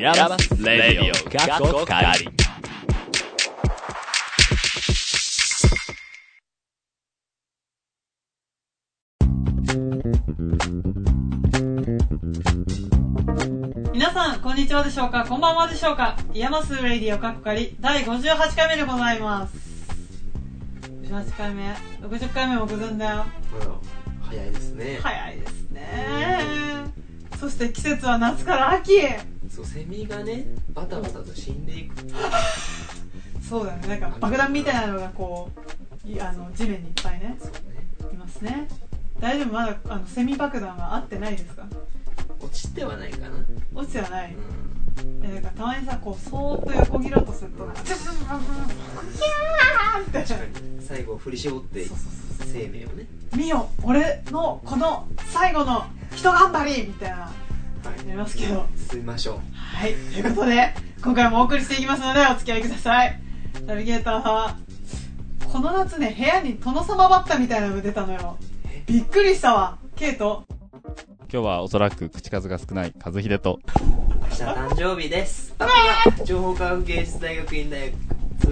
ヤマスレディオ過去仮皆さんこんにちはでしょうかこんばんはでしょうかイヤマスレディオカッコカリ第58回目でございます58回目60回目目前だよあら早いですね、早いですねそして季節は夏から秋へそうセミがねバタバタと死んでいくそうだよねなんか爆弾みたいなのがこういあの地面にいっぱいねそうねいますね大丈夫まだあのセミ爆弾は合ってないですか落ちてはないかな、落ちてはないうえなんかたまにさこうそーっと横切ろうとするとなんかキャーンってん、最後振り絞ってそうそうそう生命をねみよ俺のこの最後のひと頑張りみたいなはいやりますけど進みましょうはいということで今回もお送りしていきますのでお付き合いくださいナビゲーターはこの夏ね部屋に殿様バッタみたいなのが出たのよびっくりしたわケイト今日はおそらく口数が少ない和秀と明日誕生日ですパパが情報科学芸術大学院大学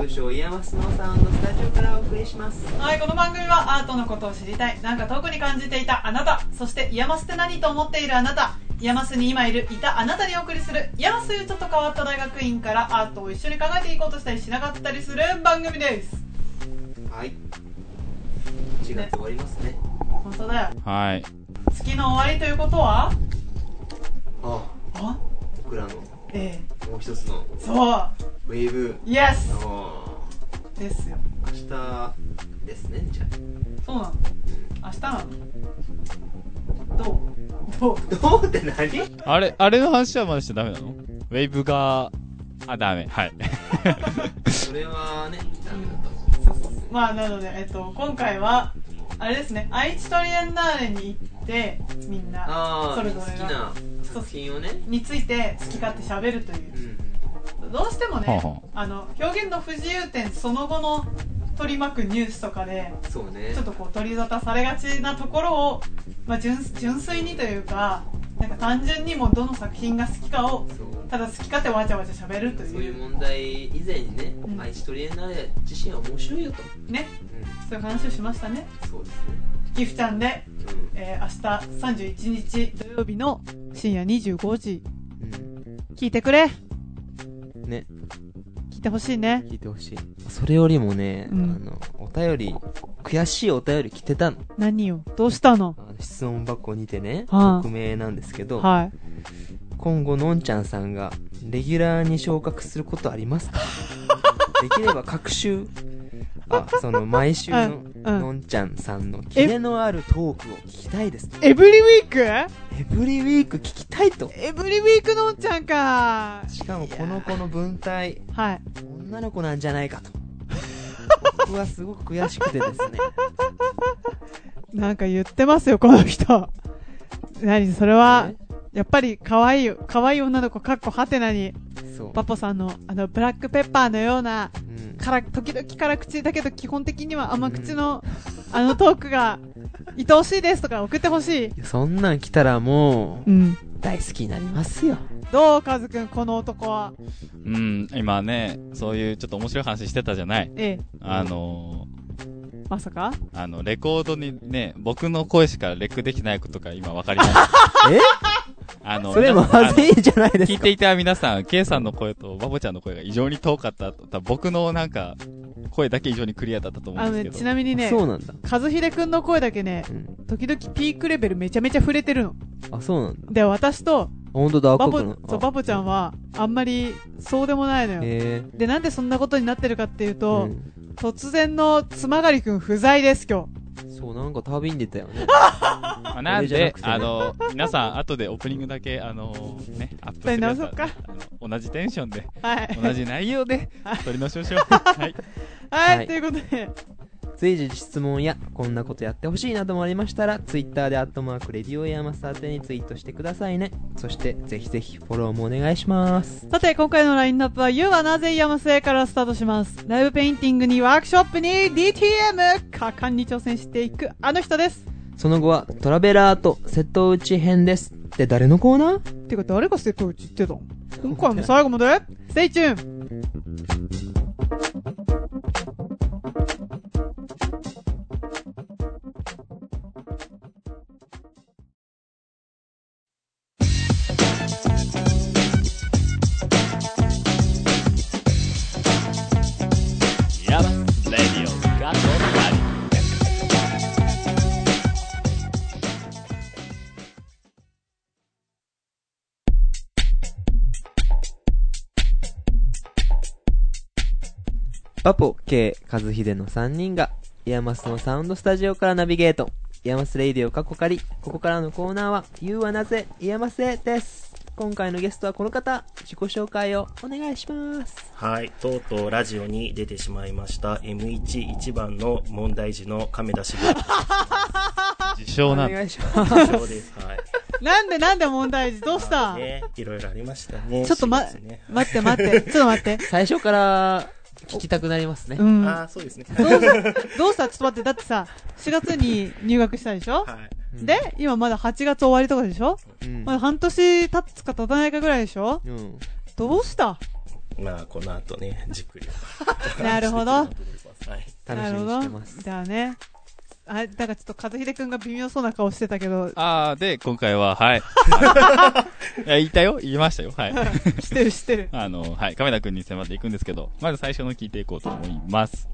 通称イヤマスのサウンドスタジオからお送りしますはい、この番組はアートのことを知りたい、なんか遠くに感じていたあなた、そしてイヤマスって何と思っているあなた、イヤマスに今いる、いたあなたにお送りする、イヤマスちょっと変わった大学院からアートを一緒に考えていこうとしたりしなかったりする番組です。はい1月終わりますね本当だよ。はい月の終わりということはああ僕らのえもう一つのえ。そう。ウェーブイエスのですよ。明日ですねじゃそうなの。明日なの。どうどうあどうって何あれあれの話はまだしちゃダメなのウェイブがあダメ はいそれはねダメだと思うまあなので、えっと、今回はあれですね愛知トリエンナーレに行ってみんなあそあれぞ好れきがな作品をねについて好き勝手しゃべるといううんどうしてもね、はあはあの表現の不自由点その後の取り巻くニュースとかでそうねちょっとこう取り沙汰されがちなところを、まあ、純純粋にというかなんか単純にもうどの作品が好きかをそうただ好き勝手わちゃわちゃしゃべるとそういいうう問題以前にねうん愛知トリエンナーレ自身は面白いよとねうそういう話をしましたね。んそうですギフちゃんでねえー、明日31日土曜日の深夜25時うん聞いてくれうんね聞いてほしいね聞いてほしいそれよりもねあうんのお便り悔しいお便り来てたの何よどうしたのあの質問箱にてねはあ匿名なんですけどはい今後のんちゃんさんがレギュラーに昇格することあります かできれば各週あその毎週のうんうんのんちゃんさんのキレのあるトークを聞きたいですエブリウィークエブリウィーク聞きたいとエブリウィークのんちゃんかしかもこの子の文体はい女の子なんじゃないか と僕はすごく悔しくてですねなんか言ってますよこの人何それはやっぱり可愛い可愛い女の子かっこはてなにねそう、パポさんのあのブラックペッパーのようなうん、から時々辛口だけど基本的には甘口のあのトークが愛おしいですとか送ってほしいそんなん来たらもううん大好きになりますよどうカズくんこの男はうん今ねそういうちょっと面白い話してたじゃないええあのまさかー、あのレコードにね僕の声しかレックできないことが今わかります えあのそれまずいじゃないです 聞いかていた皆さん、ケイさんの声とバボちゃんの声が異常に遠かったと。多分僕のなんか、声だけ異常にクリアだったと思あうのんですけねど。ちなみにねそうなんだ、和秀くんの声だけねうん、時々ピークレベルめちゃめちゃ触れてるのあそうなんだで私と本当だ、バ赤ボくそうバボちゃんはあんまりそうでもないのよ、えーでなんでそんなことになってるかっていうと、うん突然のつまがりくん不在です今そう、なんか旅に出たよね。まあなん俺じゃなでく、てねあの、皆さん、後でオープニングだけ、あの、ね、アップしてくださ撮り直そいうかあの同じテンション で、日はい同じ内容で、撮り直しましょう。はい。はい、はいということで随時質問や、こんなことやってほしいなどもありましたら、ツイッターでアットマークレディオエアマス宛てにツイートしてくださいね。そして、ぜひぜひフォローもお願いします。さて今回のラインナップは「You はなぜ山末」からスタートしますライブペインティングにワークショップに DTM 果敢に挑戦していくあの人ですその後は、トラベラーと瀬戸内編です。って誰のコーナーてか誰が瀬戸内ってたの今回も最後まで、ステイチューンヤマスレディオガトバリバポ、K、和秀の3人が、イヤマスのサウンドスタジオからナビゲート。イヤマスレイディオ過去借り、ここからのコーナーは、You はなぜ、イヤマスへです。今回のゲストはこの方、自己紹介をお願いします。はい、とうとうラジオに出てしまいました M1 一番の問題児の亀田茂自称おなんだ願いします。そうです。はい。なんでなんで問題児どうしたね、いろいろありましたね。ちょっとま4月ね、待って待って、ちょっと待って。最初から、聞きたくなりますねう。ん。ああ、そうですね。どうしたどうしたちょっと待って、だってさ、4月に入学したでしょはい。で、今まだ8月終わりとかでしょうんまだ半年経つか経たないかぐらいでしょうん。どうしたまあ、この後ね、じっくり。なるほどしていきたいと思いますはい。楽しみにしてます。じゃあね。あ、だからちょっと和秀くんが微妙そうな顔してたけど、あー、で、今回は、はい。 いや、言ったよ言いましたよ。はい。知ってる知ってる。あの、はい。亀田くんに迫っていくんですけど、まず最初の聞いていこうと思います。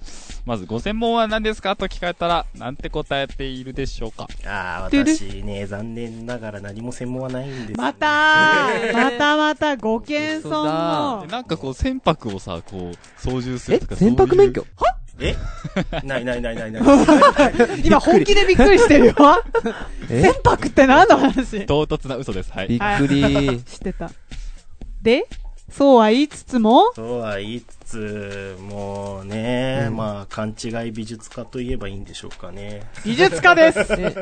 まず、ご専門は何ですかと聞かれたら、なんて答えているでしょうかああ、てる私ね、残念ながら何も専門はないんです。またーまたまたご謙遜での。なんかこう、船舶をさ、こう、操縦すえるとか、船舶免許えないないないないない。今本気でびっくりしてるよ。えパクって何の話唐突な嘘です。はいび。っくり。知ってた。で、そうは言いつ つも、とは言いつつ、もうね、まあ、勘違い美術家といえばいいんでしょうかね。美術家です。え、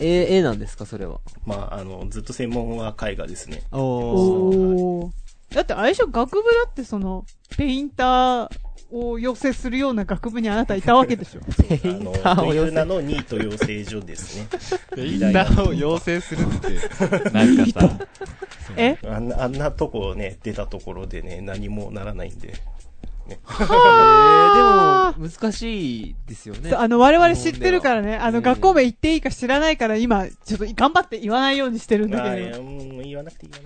え、えなんですか、それは。まあ、あの、ずっと専門は絵画ですね。おー。おー。だって、あれでしょ、学部だってその、ペインターを養成するような学部にあなたいたわけでしょ。 ペイあンの、ターとをい寄う名せのニート養成所ですね。でインナーを養成するって、なんかさ、え あんな、あんなとこね、出たところでね、何もならないんで。はでも、難しいですよね。あの、我々知ってるからね、あの、うん学校名行っていいか知らないから今、ちょっと頑張って言わないようにしてるんだまあ、けいどや、うん、言わなくていいよね。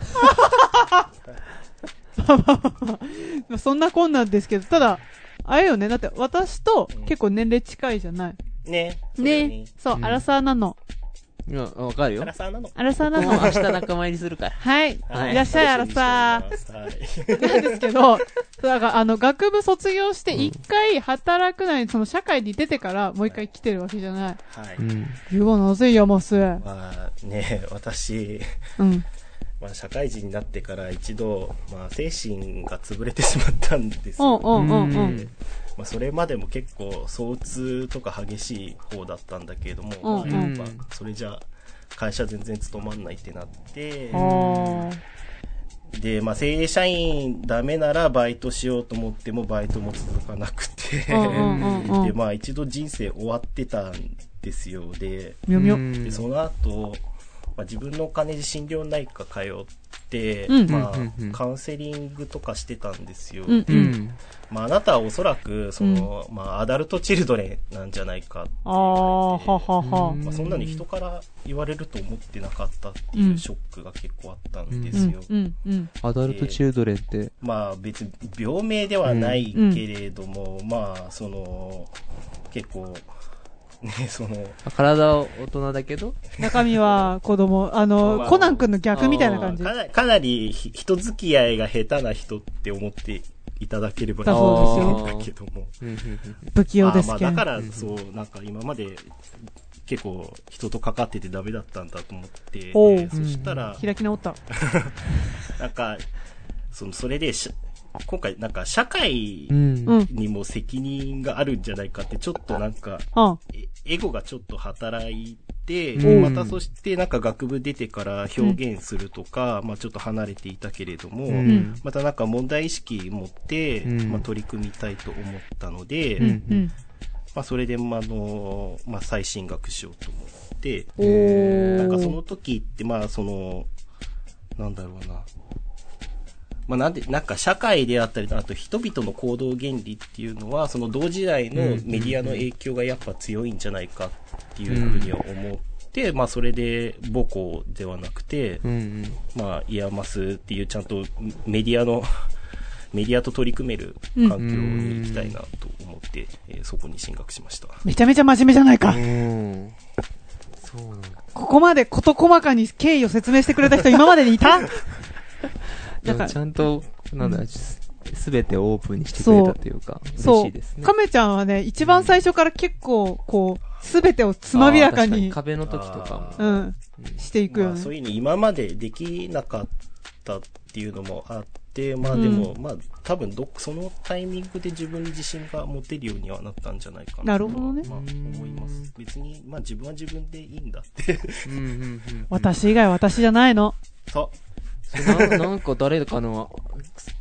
まあそんなこんなんですけど、ただ、あれよね、だって私と結構年齢近いじゃない。ね。それね。そうう、んアラサーなの。いや、わかるよアラ。サーなの。アラサーな僕のも。明日仲間入りするから。はい。はいらっしゃい、アラ サ楽しみにしておりますー。なんですけど、だから、あの、学部卒業して一回働くなり、その社会に出てから、もう一回来てるわけじゃない。はい。はい。ん。言うわなぜいや、もうす。うまあ、ね、私、ん。まあ、社会人になってから一度、まあ、精神が潰れてしまったんですうん、よ。うん、うん、う。うんんまあ、それまでも結構、相痛とか激しい方だったんだけれども、うんまあうんやっぱ、それじゃ、会社全然勤まんないってなって、あで、まあ、正社員ダメならバイトしようと思ってもバイトも続かなくて、あ。うん、うん、うん、うで、ん。まあ、一度人生終わってたんですよ。で、みょみょ。うん、でその後、まあ、自分のお金で診療内科通って、うんまうんうんうんあ、カウンセリングとかしてたんですよ。うんう。ん。まあ、あなたはおそらく、その、まあ、アダルトチルドレンなんじゃないかってあ言わあ、はれてはは。まあ、そんなに人から言われると思ってなかったっていうショックが結構あったんですうよ。ん、うん、うん。アダルトチルドレンって、まあ別に病名ではないけれども、まあその結構ね その体は大人だけど、中身は子供。あまの、あコナン君の逆みたいな感じ。かなかなりひ人付き合いが下手な人って思っていただければだそうですよいいんだけども不器用ですあけまあどだか。らそうなんか今まで結構人と関わっててダメだったんだと思って、おうでそしたら開き直った。なんかそのそれでし今回なんか社会うんうん。にも責任があるんじゃないかってちょっとなんかうん。えエゴがちょっと働いて、うんまたそしてなんか学部出てから表現するとか、まあちょっと離れていたけれども、うんまたなんか問題意識持って、うんまあ取り組みたいと思ったので、うん。うん。まあそれで、まああの、まあ再進学しようと思って、おー。なんかその時ってまあその、なんだろうな。まあ、なんで、なんか社会であったり、あと人々の行動原理っていうのは、その同時代のメディアの影響がやっぱ強いんじゃないかっていうふうには思って、まあそれで母校ではなくて、うんうん。まあ、イヤマスっていうちゃんとメディアの、 メディアと取り組める環境に行きたいなと思って、えーそこに進学しました。めちゃめちゃ真面目じゃないか。うん。そうなんだ。ここまで事細かに経緯を説明してくれた人今までにいただからちゃんと、なんだ、すすべてオープンにしてくれたというか、そう嬉しいですね。亀ちゃんはね、一番最初から結構、こう、すべてをつまびらかあー確に、壁の時とかあも。うーん、していくよまあ、ね。そういうの今までできなかったっていうのもあって、まあでも、まあ多分どっ、そのタイミングで自分に自信が持てるようにはなったんじゃないかな。なるほどねまあ思います。別に、まあ自分は自分でいいんだって。うんうんうんうん。私以外は私じゃないの。と、そうななんか誰かの、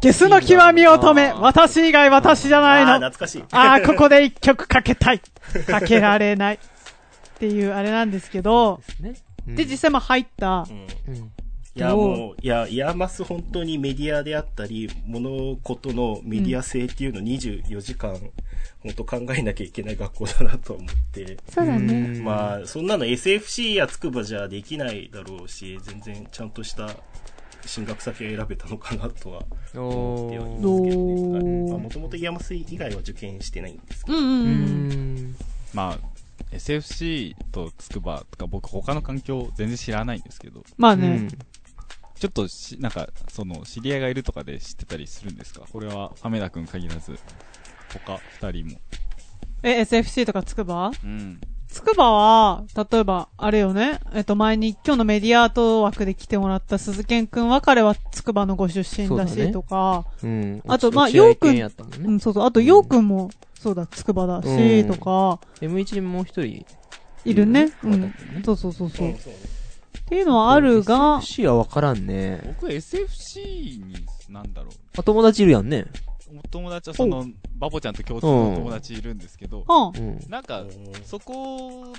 ゲスの極み乙女あー私以外私じゃあないあー、の懐かしい。ああ、ここで一曲かけたい。かけられない。っていうあれなんですけど、ね。で、実際まあ入ったう。んうん。いや、どうもう、いや、イヤーマス本当にメディアであったり、物事のメディア性っていうのを24時間、本当考えなきゃいけない学校だなと思って。そうだね。まあ、そんなの SFC やつくばじゃできないだろうし、全然ちゃんとした進学先を選べたのかなとはあ、思おっておりーますけどね。はいおーまあもともとイヤーマス以外は受験してないんですけうんううんうん。ん。まあ、SFC とつくばとか僕他の環境全然知らないんですけど、まあうねん。。ちょっとし、なんか、その、知り合いがいるとかで知ってたりするんですかこれは、亀田くん限らず、他二人も。え、SFC とかつくばうん。つくばは、例えば、あれよね。えっと、前に今日のメディアアート枠で来てもらった鈴賢くんは、彼はつくばのご出身だそうだし、ねとか、うん。あとまあ落合ようくん健やったもんねうん、そうそう。あと、ようくんも、そうだ、つくばだし、うんとか、 M1 もう一人いるね。うまだん。そうそうそうど。そう。っそうねていうのはあるが、 C はわからんね。僕 SFC に、なんだろあ、友達いるやんね。う。お友達はその、バボちゃんと共通の友達いるんですけど、うん。うん。なんか、うんそこ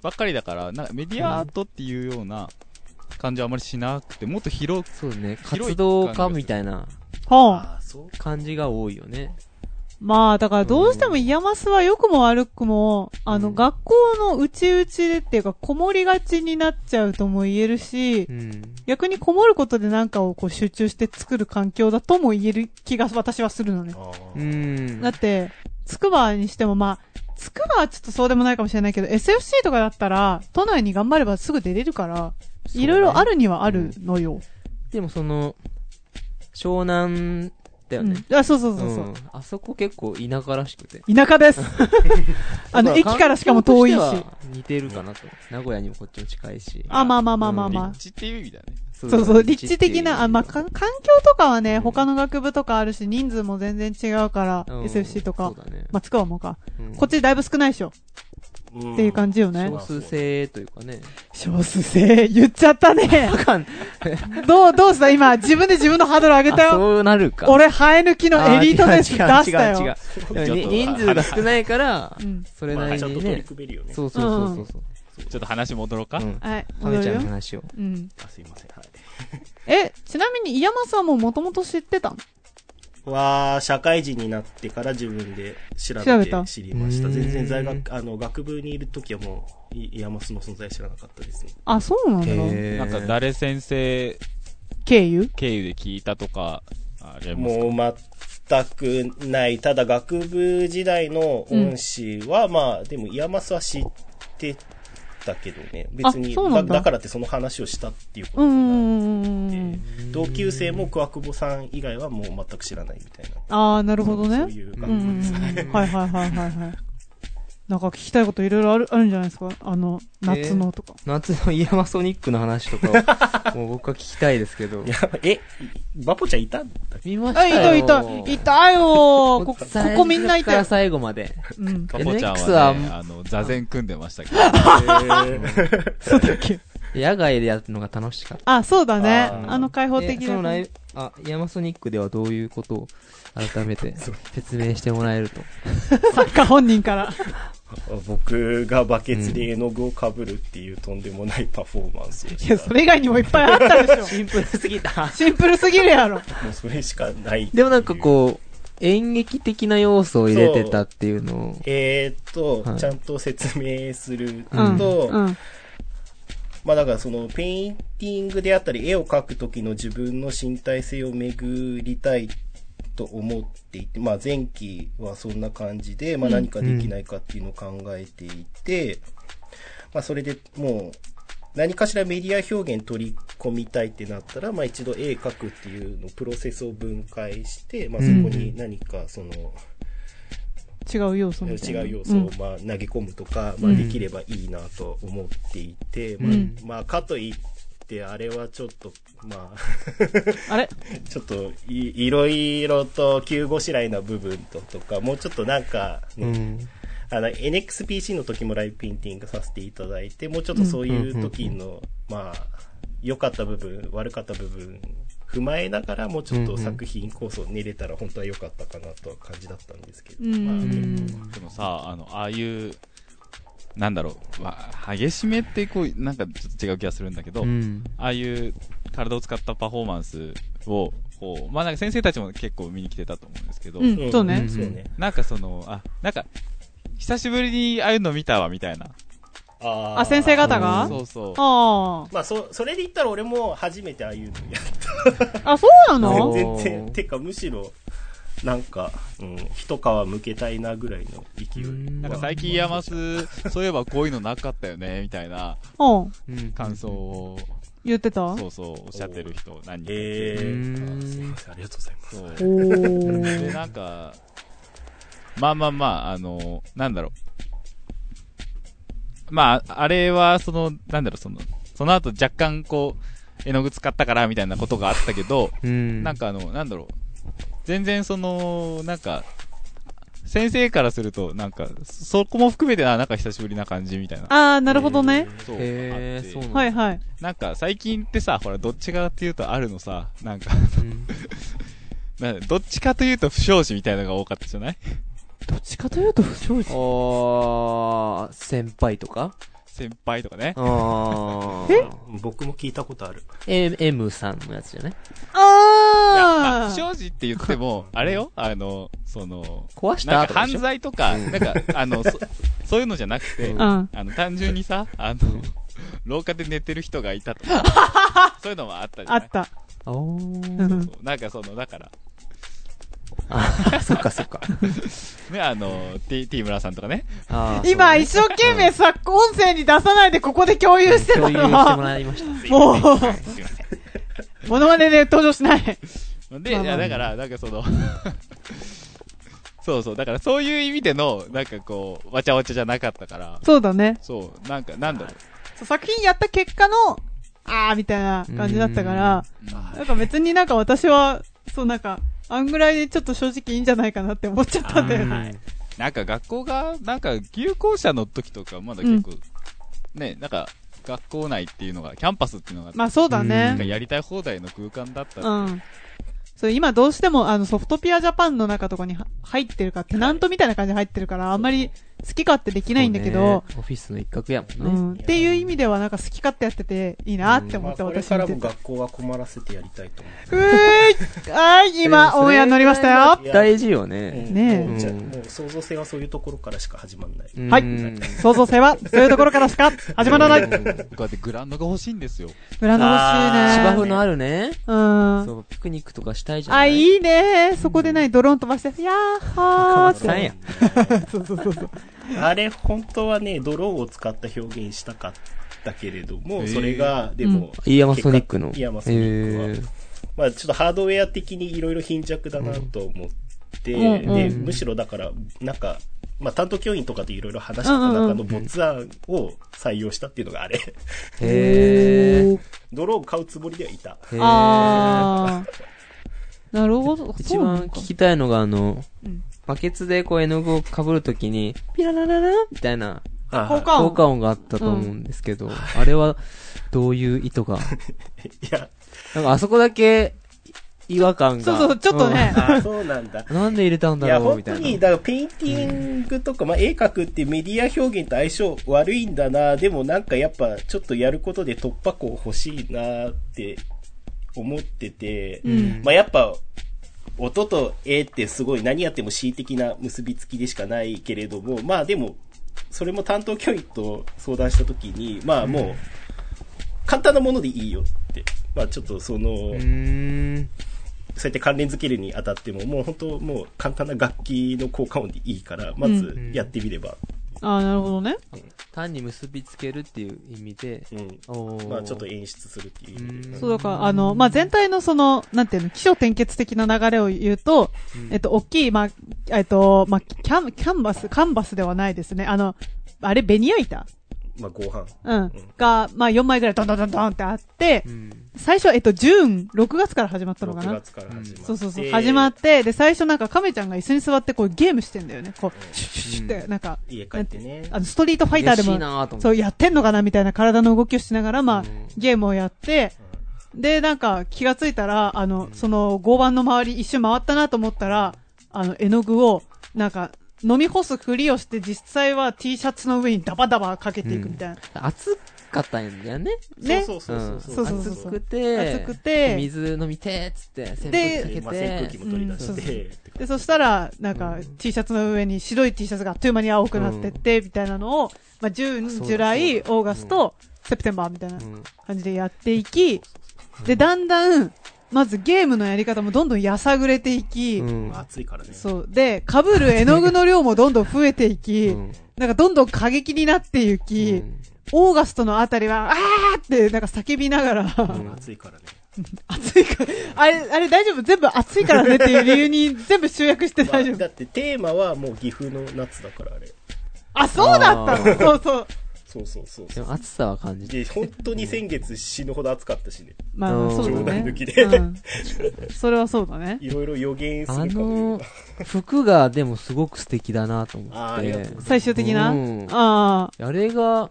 ばっかりだから、なんかメディアアートっていうような感じはあまりしなくて、もっと広く、そうね。広い活動家みたいなはあ、ああ、そう感じが多いよね。まあ、だからどうしてもイヤマスは良くも悪くも、あの、うん学校の内々でっていうか、こもりがちになっちゃうとも言えるし、うん。逆にこもることでなんかをこう集中して作る環境だとも言える気が私はするのね。あうーん。だって、つくばにしてもまあ、つくばはちょっとそうでもないかもしれないけど、SFC とかだったら、都内に頑張ればすぐ出れるから、そうねいろいろあるにはあるのよ。でもその、湘南だようんね。あ、そうそうそうそう。んあそこ結構田舎らしくて。田 舎です。あの、駅からしかも遠いし。環境としては似てるかなと。名古屋にもこっちも近いし。あ、まあまあまあまあまあ。立地っていう意味だね。そそうそう、立地的な、あ、まあ、か環境とかはね、うん他の学部とかあるし、人数も全然違うから、うん SFC とかそ、うだね。まあ、つくばもか。うんこっちだいぶ少ないでしょ、うんっていう感じよね少。数制というかね。少数制、言っちゃっ たね。かん、どう、どうした今、自分で自分のハードル上げたあよ。そうなるか。俺、生え抜きのエリートあで違出しうた違う違うよ。違うでもね人数が少ないからう、ん。それまなあ、りちゃんとに取りね。組めるよね。そうそうそうそう。ちょっと話戻ろうか。う。ん。はい、はめ戻ちゃんるのよ。話を。うん。あ、すいません。はい。え、ちなみに、イヤマスはもう元々知ってたのは、社会人になってから自分で調べ調べてた知りました。うーん全然在学、あの、学部にいる時はもう、イヤマスの存在知らなかったですね。あ、そうなんだ。へーなんか、誰先生経由経由で聞いたとか、あれも、もう全くない。ただ学部時代の恩師は、まあ、でもイヤマスは知ってたけどね。別にあそうなんだだからってその話をしたっていうこうとんうにんなっうんうんうて、ん。同級生も桑久保さん以外はもう全く知らないみたいな。ああ、なるほどそねう。いうう学んうん部です。うんはいはいはいはいはい。なんか聞きたいこといろいろある、あるんじゃないですかあの、夏のとか。夏のイヤマソニックの話とかを、 もう僕は聞きたいですけどい。や、 え、バポちゃんいたんだっけ見ましたあ、いたいた、いたよーこ、ここみんないかたらよ。最後まで。うん。パポちゃん NX ははね、あの、座禅組んでましたけど、えーそうだっけ野外でやるのが楽しかった。あ、そうだね。ああーの開放的でそのなライ感じ。ブあ、ヤマソニックではどういうことを改めて説明してもらえると。作家本人から。僕がバケツに絵の具をかぶるっていうとんでもないパフォーマンスをいしや、それ以外にもいっぱいあったでしょ。シンプルすぎた。 シンプルすぎるやろ。た。もうそれしかない。でもなんかこう、演劇的な要素を入れてたっていうのを。えーっと、はいちゃんと説明するうん。と、まうん。あだからそのペインティングであったり絵を描く時の自分の身体性を巡りたいと思っていて、まあ前期はそんな感じで、まあ何かできないかっていうのを考えていて、まあそれでもう何かしらメディア表現取り込みたいってなったら、まあ一度絵描くっていうのプロセスを分解して、まあそこに何かその、違う要素みたいな。違う要素をんまあ投げ込むとか、まあ、できればいいなと思っていて、んまあ、まあ、かといって、あれはちょっと、まあれあ、 ちょっとい、いろいろと急ごしらえな部分ととか、もうちょっとなんかうね、ん。あの、NXPC の時もライブペインティングさせていただいて、もうちょっとそういう時の、まあ、良かった部分、悪かった部分、踏まえながら、もうちょっうとんうん作品構想練れたら本当は良かったかなとは感じだったんですけど、うんまあね、でもさ、あの、ああいう、なんだろう、まあ、激しめってこう、なんかちょっと違う気がするんだけど、うん。ああいう体を使ったパフォーマンスを、こう、まあなんか先生たちも結構見に来てたと思うんですけど、うんそうねんそうね。なんかその、あ、なんか、久しぶりにああいうの見たわ、みたいな。あーあ、先生方があそうそう。あまあ、そ、それで言ったら俺も初めてああいうのやっー。あ、そうなた。の全然、てかむしろ、なんか、うん、一皮むけたいなぐらいの勢い。うんなんか最近山須、そういえばこういうのなかったよね、みたいなうん。うん感想を、言ってたそうそう、おっしゃってる人何人かいえて。ー、うんあすいません、ありがとうございます。そうおーで、なんか、まあまあまあ、あの、なんだろう。まあ、あれは、その、なんだろう、その、その後若干こう、絵の具使ったから、みたいなことがあったけど、うん。なんかあの、なんだろう。全然その、なんか、先生からすると、なんか、そこも含めて、あ、なんか久しぶりな感じみたいな。あー、なるほどね。そう。へーあってそうはいはい。なんか、最近ってさ、ほら、どっちかっていうとあるのさ、なんか、 うんなんかどっちかというと不祥事みたいなのが多かったじゃないどっちかというと不祥事。あー、先輩とか先輩とかね。あ僕も聞いたことある。え M- ?M さんのやつじゃないいやまああ不ー。祥事って言って も、あれよ、あの、その、壊しなたんか犯とか罪とか、なんか、あの、そそういうのじゃなくて、うんあの、単純にさ、あの、廊下で寝てる人がいたとか、 そういうのもあったじあゃなっいた。でしょあーうん。そうなんかその、だから、あ、 そっかそっか。ね、あの、T、T 村さんとかね。あー今、そうね一生懸命さ、音声に出さないでここで共有してた共有のしてもは、らいました。もう、すいませモノマネで登場しない。ん。で、いや、だから、なんかその、そうそう、だからそういう意味での、なんかこう、わちゃわちゃじゃなかったから、そうだね。そう、なんか、なんだろう。そう作品やった結果の、あーみたいな感じだったから、なんか別になんか私は、そうなんか、あんぐらいでちょっと正直いいんじゃないかなって思っちゃ ったんだよね。なんか学校が、なんか、休校舎の時とか、まだ結構、ね、なんか、学校内っていうのが、キャンパスっていうのが、まあそうだなんかね。やりたい放題の空間だった。うん。そう、今どうしてもあのソフトピアジャパンの中とかには入ってるから、テナントみたいな感じで入ってるから、あんまり好き勝手できないんだけど、そうね、オフィスの一角やうもんね。ん。っていう意味ではなんか好き勝手やってていいなって思まあ、ってこれ私から見てもた。学校は困らせてやりたいと思うーいはい、 今、オンエアになりましたよいや大事よう。ね。うんねえもうじゃあうんもう創造性はそういうところからしか始まんない。はいうん創造性は、そういうところからしか始まらない。うんこうやってグラウンドが欲しいんですよ。裏の欲しいね。芝生のあるね。うん。そう、ピクニックとかしたいじゃなあ、いいいねそこでない、ドローン飛ばして、やーはーって。さんや。そうそうそうそう。あれ、本当はね、ドローンを使った表現したかったけれども、へえそれが、でも、イヤマソニックの。イヤマソニックはえーまあ、ちょっとハードウェア的にいろいろ貧弱だなと思って、うんうんで、うんむしろだから、なんか、まあ、担当教員とかといろいろ話してたうんうんう中んの没案を採用したっていうのがあれ。へー。ドローン買うつもりではいた。へーあー。なるほど。一そうな番のか聞きたいのが、あのうん、バケツでこう絵の具を被るときに、ピララララみたいなはいはい効果効音。果音があったと思うんですけど、あれはどういう意図が いや、なんかあそこだけ違和感が。そうそう、ちょっとね。あ、そうなんだ。うん。なんで入れたんいだや、ろう本み当たいな。に、だから、ペインティングとか、まあ、絵描くっていうメディア表現と相性悪いんだなでもなんかやっぱ、ちょっとやることで突破口欲しいなって思ってて、うん。まあ、やっぱ、音と絵ってすごい何やっても恣意的な結びつきでしかないけれども、まあでも、それも担当教員と相談した時に、まあもう、簡単なものでいいよって。まあちょっとその、うーん。そうやって関連づけるにあたっても、もう本当もう簡単な楽器の効果音でいいから、まずやってみれば。ああ、なるほどね。単に結びつけるっていう意味で、うん。おーまあちょっと演出するっていう意味で。うんそうだから、あの、まあ、全体のその、なんていうの、気象転結的な流れを言うと、うんえっと、大きい、まあ、えっと、まあ、キャン、キャンバス、カンバスではないですね。あの、あれ、ベニヤ板まあ後半。うん。が、まあ、4枚ぐらいドンドンドンドンってあってう、ん。最初は、えっと、ジューン、6月から始まったのか6な。月から始まって。そうそうそう、始まって、で、最初なんか、亀ちゃんが椅子に座って、こう、ゲームしてんだよね。こう、シュッシュッシュッって、なんか、家帰ってね。あの、ストリートファイターで嬉しいも、なぁと思って。そう、やってんのかなみたいな体の動きをしながら、まあ、うんゲームをやって、で、なんか気がついたら、あの、その合板の周り一周回ったなと思ったら、あの、絵の具を、なんか、飲み干すふりをして実際は T シャツの上にダバダバかけていくみたいな。暑かったんだよね。ねそうそうそうそうそうそう暑くて、暑くて水飲みてーっつって、扇で風機まかあ扇風け機て、も取り出して。うんってで、そしたら、なんかうん T シャツの上に白い T シャツがあっという間に青くなってって、みたいなのを、まあ、ジュそうーだン、ジュライ、そうオだーガスト、セプテンバーみたいなうん感じでやっていき、で、だんだん、まずゲームのやり方もどんどんやさぐれていき、うんまあ暑いからね。そう。で、被る絵の具の量もどんどん増えていき、うんなんかどんどん過激になっていき、うんオーガストのあたりは、あーってなんか叫びながら、ん暑いからね。暑いから、あれ、あれ大丈夫全部暑いからねっていう理由に全部集約してまあ 大丈だ夫。ってテーマはもう岐阜の夏だからあれ。あ、そうだったのそうそう。そうそうそうでそう。も暑さは感じて。で、本当に先月死ぬほど暑かったしね。まあまあ、そう冗だ談ね抜。きで。うん、それはそうだね。いろいろ予言するあかというのか。、服がでもすごく素敵だなと思あーっありがとうてござい。ま最終的な、うんああれが、おー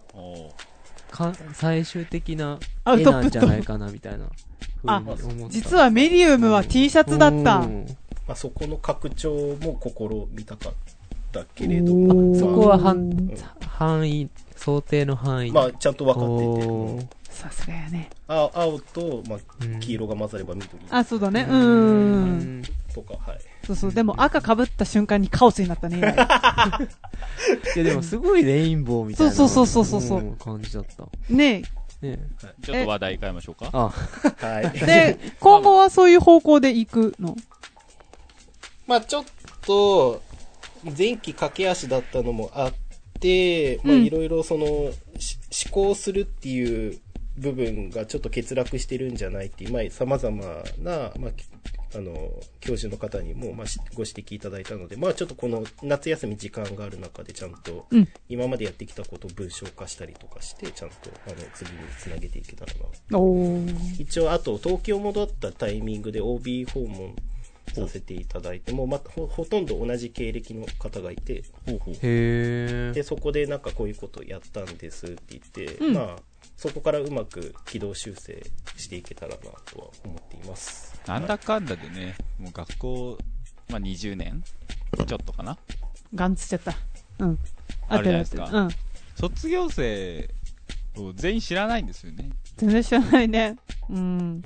か、最終的なあ絵トなップんじゃないかな、みたいな。あふうに思あ、った実はメディウムは T シャツだった。うんまあ、そこの拡張も試みたかったけれども、おーまあそこは範、範囲、想定の範囲。まあ、ちゃんと分かってて、おーさすがやね。あ青と、まあ、うん黄色が混ざれば緑あ、そうだね。うーんとか、はい。そうそう、でも赤被った瞬間にカオスになっ たね。いやでもすごいレインボーみたいな。そうそうそうそうそうん感じだった。ねねちょっと話題変えましょうか。あ、はい。え。で、今後はそういう方向で行くの。まあ、ちょっと、前期駆け足だったのもあって、まあ、うんいろいろその、し思考するっていう部分がちょっと欠落してるんじゃないっていう、まあ、様々な、まあ、きあの、教授の方にも、まあ、しご指摘いただいたので、まあ、ちょっとこの夏休み時間がある中でちゃんとうん、今までやってきたことを文章化したりとかして、ちゃんと、あの、次につなげていけたらなおー。一応あと東京戻ったタイミングで OB 訪問させていただいてもうまほほとんど同じ経歴の方がいてほうほうへでえ。そこでなんかこういうことやったんですって言って、うんまあそこからうまく軌道修正していけたらなとは思っていますなんだかんだでね、もう学校、まあ、20年ちょっとかな。ガンつっちゃった。うん。あるじゃないで合ってする合かってるうん。卒業生を全員知らないんですよね。全然知らないね。うん。うんうんうん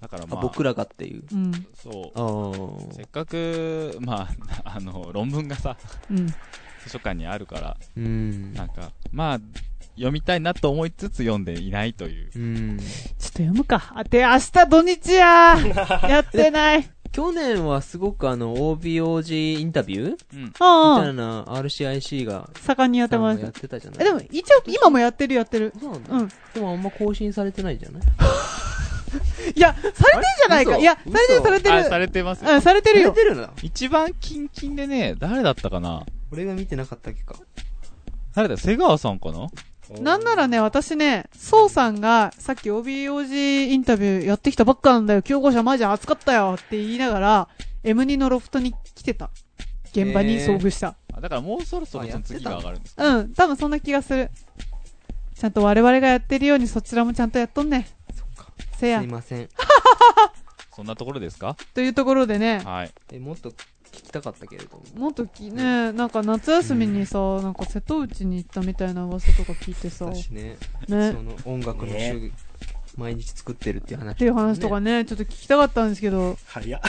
だからあまあ、僕らがっていう。うん。そあう。ーせっかく、まあ、あの、論文がさ、うん。図書館にあるから、うん。なんか、まあ、読みたいなと思いつつ読んでいないという。うん。ちょっと読むか。あ、で、明日土日やーやってない。去年はすごくあの、OBOG インタビューみうん。あたいあ、な RCIC が、盛んにやってまやっす。てたじゃないえ、でも、一応、今もやってるやってる。そうなんだ。うん。でもあんま更新されてないんじゃないいや、されてんじゃないか。嘘いや、されてる、嘘あ、さされてる。れてますうん、されてるやよっ。てるな。一番キンキンでね、誰だったかな俺が見てなかったっけか。誰だ瀬川さんかなうんなんならね、私ね、ソウさんが、さっき OBOG インタビューやってきたばっかなんだよ、競合者マジ暑かったよって言いながら、M2 のロフトに来てた。現場に遭遇した。あだからもうそろそろその次が上がるんですかうん、多分そんな気がする。ちゃんと我々がやってるようにそちらもちゃんとやっとんね。そっか。せやすい。ません。そんなところですかというところでね、はい。え、もっと聞きたかったけれども。もっときね、なんか夏休みにさ、なんか瀬戸内に行ったみたいな噂とか聞いてさ、私ね、ねそ、の音楽の週、毎日作ってるっていう話、っていう話とかね。ね、ちょっと聞きたかったんですけど、早っ。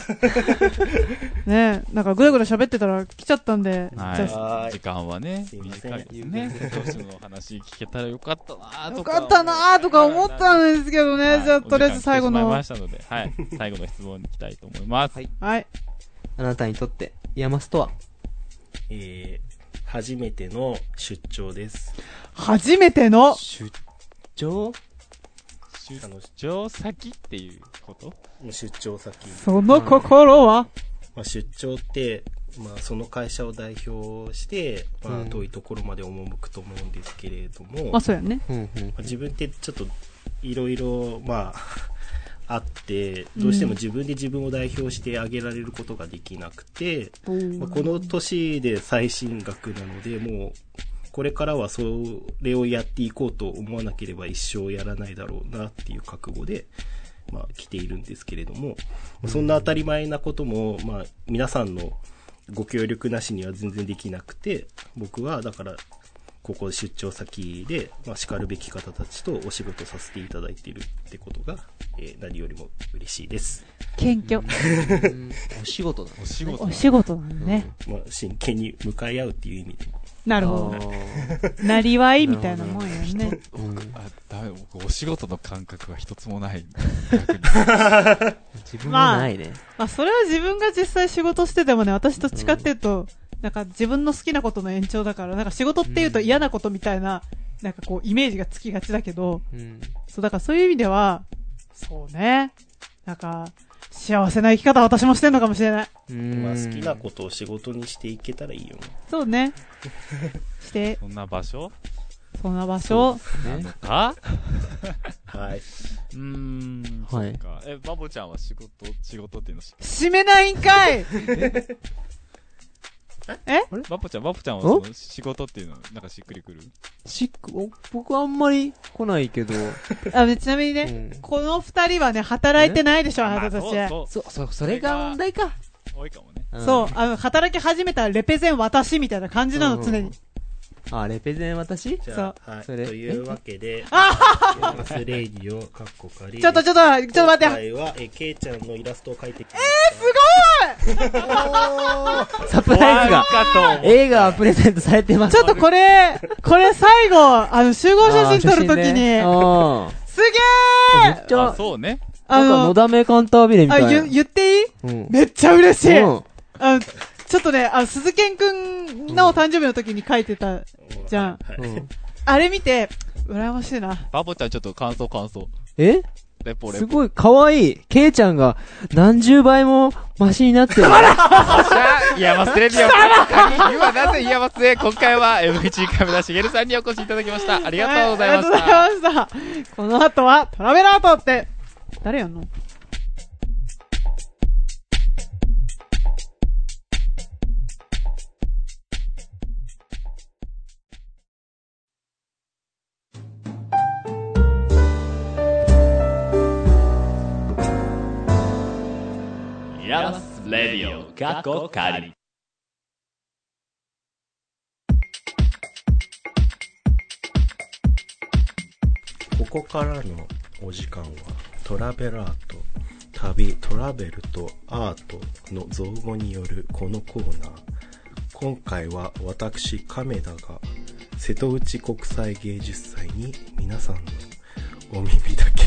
ね、なんかぐらぐら喋ってたら来ちゃったんで、はじいゃあはい時間はね、すいません短いですね。瀬戸内のお話聞けたらよかったなーよとか。かったなーとか思ったんですけどはね、いじゃあとりあえず最後おの、時間来てしまいましたので、はい。最後の質問に行きたいと思います。はいはい、あなたにとって、イヤマスとはえー、初めての出張です。初めての、出張出張先っていうこと出張先。その心は、まあ、出張って、まあ、その会社を代表して、まうあ、ん遠いところまで赴くと思うんですけれども、まあまそうやね。うんうんあ。自分ってちょっといろいろ、まあ、あ って、どうしても自分で自分を代表してあげられることができなくて、まあこの年で最新学なので、もう、これからはそれをやっていこうと思わなければ一生やらないだろうなっていう覚悟で、まあ、来ているんですけれども、そんな当たり前なことも、まあ、皆さんのご協力なしには全然できなくて、僕は、だから、ここ出張先で、まあ、叱るべき方たちとお仕事させていただいているってことが、えー何よりも嬉しいです。謙虚。うんお仕事だ。お仕事お仕事なんだね。まあ、真剣に向かい合うっていう意味でもなるほど。なりわいみたいなもんやね。あー うんあ、だめ、僕、お仕事の感覚が一つも ない。自分はないね。まあそれは自分が実際仕事しててもね、私と違ってると、なんか自分の好きなことの延長だから、なんか仕事っていうと嫌なことみたいな、なんかこうイメージがつきがちだけど、うん。そうだからそういう意味では、そうね。なんか、幸せな生き方私もしてんのかもしれない。まあ、好きなことを仕事にしていけたらいいよね。そうね。して、そんな場所そんな場所。なのかはい。うーん、はいそっか。え、バボちゃんは仕事、仕事っていうのし、締めないんかいえバボちゃん、バボちゃんはその仕事っていうの、なんかしっくりくるしお僕はあんまり来ないけど、あのちなみにね、うんこの二人はね、働いてないでしょ、あなたたち。まあそうそうそそ、そ、それが問題か。う。多いかも ね。んあの、働き始めたらレペゼン私みたいな感じなうの、ん常に。あ、レペゼン私じゃあ、はい。とそれいうわ けで、マスレイディをかっこかり。ちょっとちょっと、ちょっと待って、今回は、え、ケイちゃんのイラストを描いてきました。サプライズが、映画はプレゼントされてます。 ちょっとこれ、これ最後、あの、集合写真撮るときに、あすげー写真ねうん ーめっちあ、ゃ、そうね。あなんかのの、だめカンタービレみたいあ、な。ゆ言っていいうん。めっちゃ嬉しい、うんあのちょっとね、あの、鈴賢くんのお誕生日の時に書いてた、じゃん。うんあれ見て、羨ましいな。バボちゃんちょっと感想感想。えレポレすポ。ごい、かわいい。ケイちゃんが何十倍もマシになってる。いや、忘れるよ。今なぜ言えますね。今回は MG カメラしげるさんにお越しいただきました。ありがとうございました。はいありがとうございました。この後は、トラベラートって、誰やんのヤマスレディオ過去仮ここからのお時間は、トラベラーと旅、トラベルとアートの造語によるこのコーナー。今回は私、亀田が瀬戸内国際芸術祭に皆さんのお耳だけ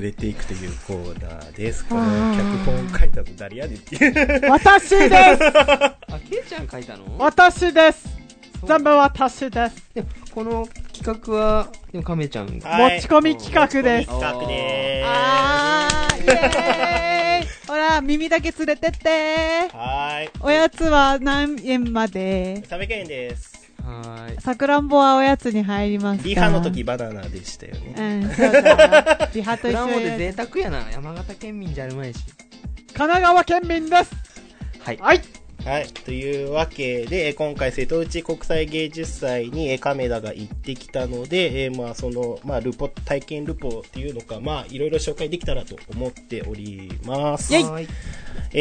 連れていくというコーナー です。この脚本を書いたの誰やねんっていう。私ですあ、ケイちゃん書いたの私です全部私ですこの企画は、でもカメちゃんが。はい持ち込み企画です企画であー、イエーイほら、耳だけ連れてってす。はい。おやつは何円まで食べ券です。はーい。さくらんぼはおやつに入りますかリハの時バナナでしたよね。うん、そうだ。リハとプ一ラ緒モで に。贅沢やな。山形県民じゃあるまいし。神奈川県民ですはい。はいはい。というわけで、えー今回瀬戸内国際芸術祭にえー亀田が行ってきたので、えーまあその、まあルポ、体験ルポっていうのか、まあいろいろ紹介できたらと思っております。はいえーはい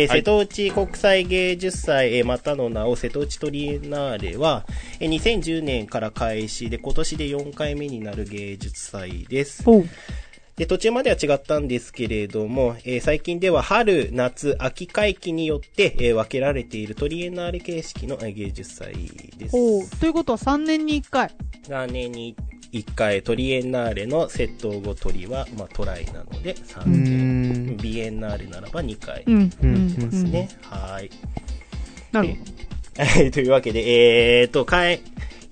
瀬戸内国際芸術祭、えーまたの名を瀬戸内トリエンナーレは、えー2010年から開始で、今年で4回目になる芸術祭です。ほう。で、途中までは違ったんですけれども、えー最近では春、夏、秋会期によって、えー分けられているトリエンナーレ形式のえー芸術祭です。ほう。ということは3年に1回。来年に1回トリエンナーレの窃盗後トリは、まあ、トライなのでう3ー回、んビエンナーレならば2回うでん。うんうん。すね。はい。なるほはい というわけで、えー、と、会、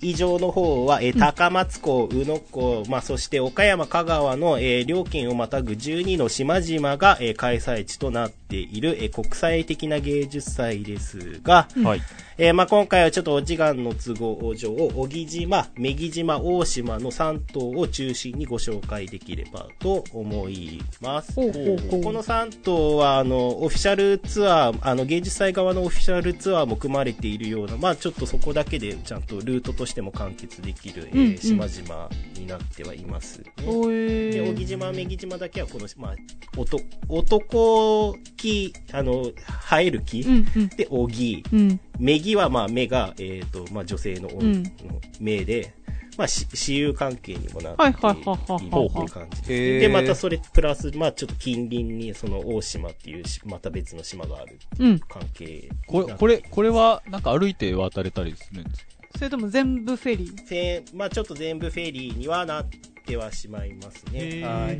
以上の方は、えー高松港、宇野港、まあ、そして岡山、香川の、えー両県をまたぐ12の島々が、えー開催地となっている、えー国際的な芸術祭ですが、はい。えーまあ、今回はちょっとお時間の都合上、小木島、女木島、大島の3島を中心にご紹介できればと思います。ほうほうほうこの3島は、あの、オフィシャルツアー、あの、芸術祭側のオフィシャルツアーも組まれているような、まあ、ちょっとそこだけでちゃんとルートとしても完結できる、えうんうんー島々になってはいます、ねど。ほえで、小ー木島、女木島だけは、この、まあ、おと男木、あの、生える木、うんうん。で、小木、うん。目ぎはまあ目が、えーとまあ、女性のん女の目で、まあ、し私有関係にもなってはいいるはいはいはいはいっていう感じでへーでまたそれプラス、まあ、ちょっと近隣にその大島っていうしまた別の島があるうん。関係これ、これれ、これは、なんか歩いて渡れたりするんですかそれとも全部フェリーまあ、ちょっと全部フェリーにはなってはしまいますねはいっ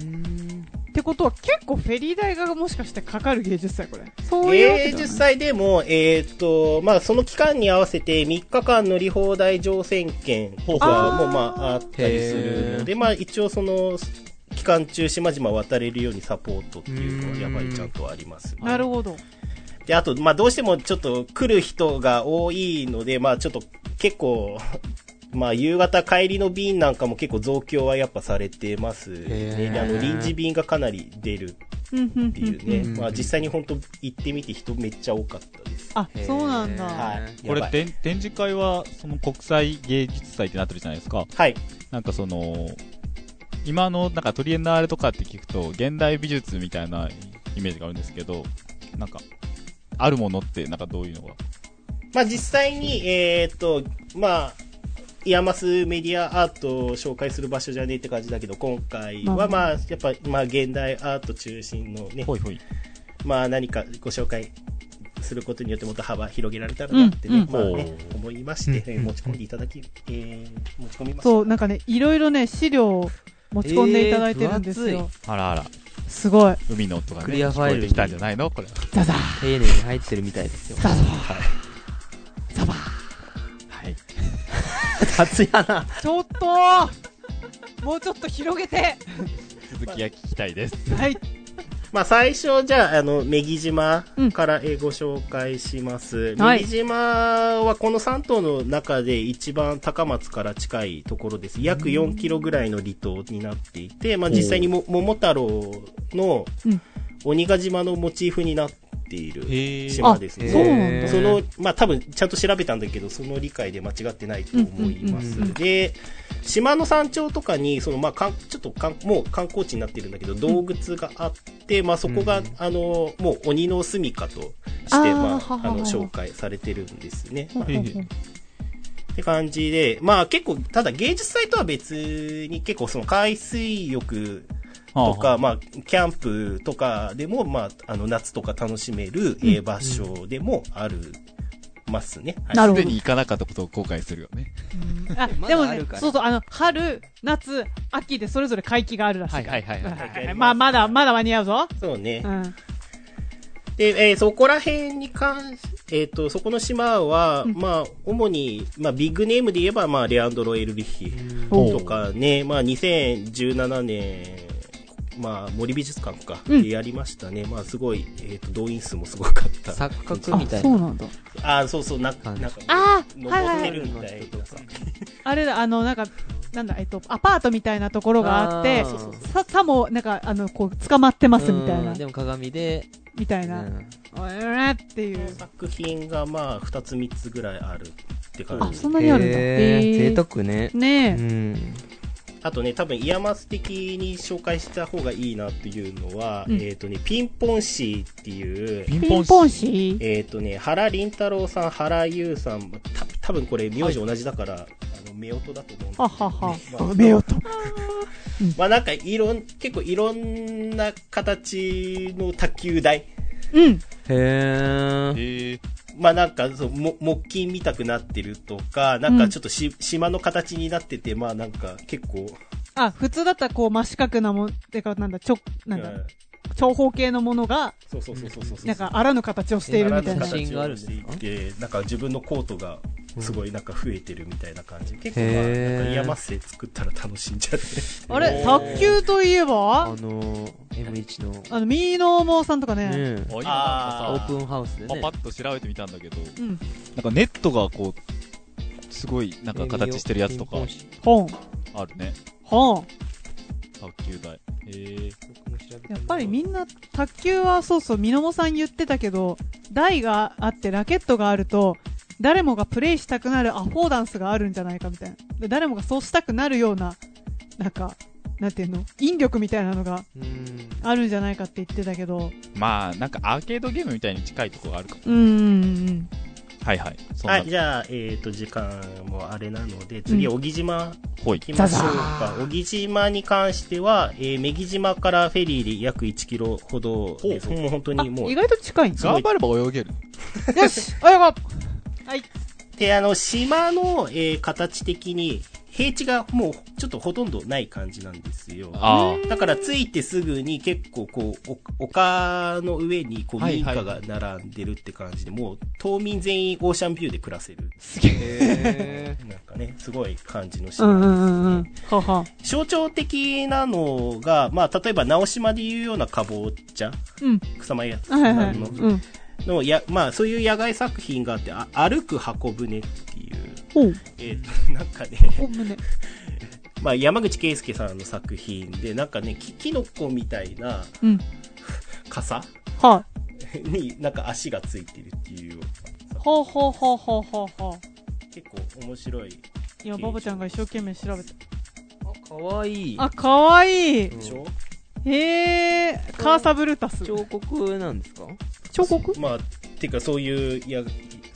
てことは結構フェリー代がもしかしてかかる芸術祭これ。そういうわけ芸じゃ術ない祭でも、えーっと、まあ、その期間に合わせて3日間乗り放題乗船券とかも、あーまあ、あったりするので、まあ、一応その、期間中、島々渡れるようにサポートっていうのは、やっぱりちゃんとあります、なるほど。で、あと、まあ、どうしてもちょっと来る人が多いので、まあ、ちょっと結構、まあ、夕方帰りの便なんかも結構増強はやっぱされてますね。へーであの、臨時便がかなり出るうんうんっていううんね。うん。んまあ実際に本当行ってみて人めっちゃ多かったです。あ、そうなんへーだ。はい。これやばいてん展示会は、その国際芸術祭ってなってるじゃないですか。はい。なんかその、今の、なんかトリエンナーレとかって聞くと、現代美術みたいなイメージがあるんですけど、なんか、あるものって、なんかどういうのが。まあ実際に、えーっと、まあ、イヤマスメディアアートを紹介する場所じゃねえって感じだけど、今回はまあ、やっぱ、まあ現代アート中心のね、ほいほい。まあ何かご紹介することによってもっと幅広げられたらなってうね、んうんまあね、思いまして、うん持ち込んでいただき、えー、持ち込みました。そう、なんかね、いろいろね、資料を持ち込んでいただいてるんですえー分よ。あらあら、すごい。海の音がね、クリアファイル聞こえてきたんじゃないのこれ。ザザー丁寧に入ってるみたいですよザザーザバはい。雑やなーちょっともうちょっと広げて続きが聞きたいです。はい。まあ、最初、じゃあ、あの、女木島うんからえーご紹介しまはす。女い木島はこの3島の中で一番高松から近いところです。約4キロぐらいの離島になっていて、まあ、実際にも桃太郎のうん鬼ヶ島のモチーフになっているへあ島ですね。そうなんへーだその、まあ、多分ちゃんと調べたんだけど、その理解で間違ってないと思います。うんうんうんで、島の山頂とかに、その、まあ、かんちょっとかん、もう観光地になってるんだけど、洞窟があって、まあ、そこが、うんあの、もう鬼の住処として、あーまははあ、あはの、紹介されてるんですね。ほうほ うほうって感じで、まあ、結構、ただ芸術祭とは別に、結構その海水浴、とはあはか、まあ、キャンプとかでも、まあ、あの、夏とか楽しめる、えー場所でもある、ますね。はいなるすほでどに。行かなかったことを後悔するよね。あ、までだもあねるから、そうそう、あの、春、夏、秋でそれぞれ会期があるらしいから。はいはいはいはいはいはいまあ、まだ、まだ間に合うぞ。そうねう。ん。で、えーそこら辺に関し、えっ、と、そこの島は、まあ、主に、まあ、ビッグネームで言えば、まあ、レアンドロ・エルリッヒおうとかね、まあ、2017年、まあ、森美術館か、うんでやりましたね。まあ、すごい、えっ、と、動員数もすごかった。錯覚みたいあ、そうななんだ。あー、そうそう、な、なん感じか、あーはい登っはてい。るみたいなさ。あれだ、あの、なんか、なんだ、えっと、アパートみたいなところがあってあ、ーさ、さも、なんか、あの、こう、捕まってますみたいうんな、でも鏡で、みたいうな、んおいおいっていう。作品がまあ2つ3つぐらいあるって感あ、じそんなにあるんだ。へーへー贅沢ね。うねえ。ん。あとね多分イヤマス的に紹介した方がいいなっていうのは、うんえっ、とねピンポンシーっていうピンピポンンポンシシーえっ、とね原凛太郎さん原優さんた多分これ名字同じだから、あの夫婦だと思うんですけどははは。まあめよと。まあなんかいろん結構いろんな形の卓球台うん。へー。えー、まあなんかそうも木琴みたくなってるとかなんかちょっとし、島の形になっててまあなんか結構あ、普通だったらこう真四角なもん、てかなんだ、ちょ、なんだう、ん長方形のものが、そうそうそうそうそうそうなんかあらぬ形をしているみたいなえ。写真があるんですかでなんか自分のコートがすごいなんか増えてるみたいな感じ、結構まあへーなんかイヤマッセ作ったら楽しんじゃってあれ、卓球といえあばのー、M1 の、あの、ミーノーモーさんとかね。あね、今なんあかさーオープンハウスでねパ。パッと調べてみたんだけど、うん。なんかネットがこう、すごいなんか形してるやつとかピンポンシ本。あるね。本。卓球台。えー、僕も調べてみよやうっぱりみんな、卓球はそうそう、ミノモさん言ってたけど、台があってラケットがあると、誰もがプレイしたくなるアフォーダンスがあるんじゃないかみたいな。で誰もがそうしたくなるような、なんか、なんていうの引力みたいなのがうん。あるんじゃないかって言ってたけど。まあ、なんかアーケードゲームみたいに近いとこがあるかも。うんうんうん。はいはい。そんは、ないじゃあ、えっ、と、時間もあれなので、次、うん小木島ほい行。きましょうザザか。小木島に関しては、えー、女木島からフェリーで約1キロほどです。もう本当にもあう意。外と近いんだ。すご頑い張れば泳げる。よし親がはい。で、あの、島の、えー形的に、平地がもうちょっとほとんどない感じなんですよ。ああ。だから着いてすぐに結構こう、お丘の上にこうはい民はい家が並んでるって感じで、もう島民全員オーシャンビューで暮らせる。 へなんかね、すごい感じのう島んうでんすうんうん。はは。象徴的なのが、まあ、例えば直島でいうようなかぼちゃうん。草間屋さはいはい。んの,、うん。のやまあ、そういう野外作品があってあ歩く箱舟っていう、ほう。えーとなんかね、ほんね。まあ、山口圭介さんの作品でなんかねきキノコみたいなうん。傘はい。になんか足がついてるっていうほうほうほうほうほうほう。結構面白い今、バボちゃんが一生懸命調べて。ー。かわいい。あ、かわいいうんでしょ、へえー、カーサブルタス。彫刻なんですか彫刻まあていうかそういういや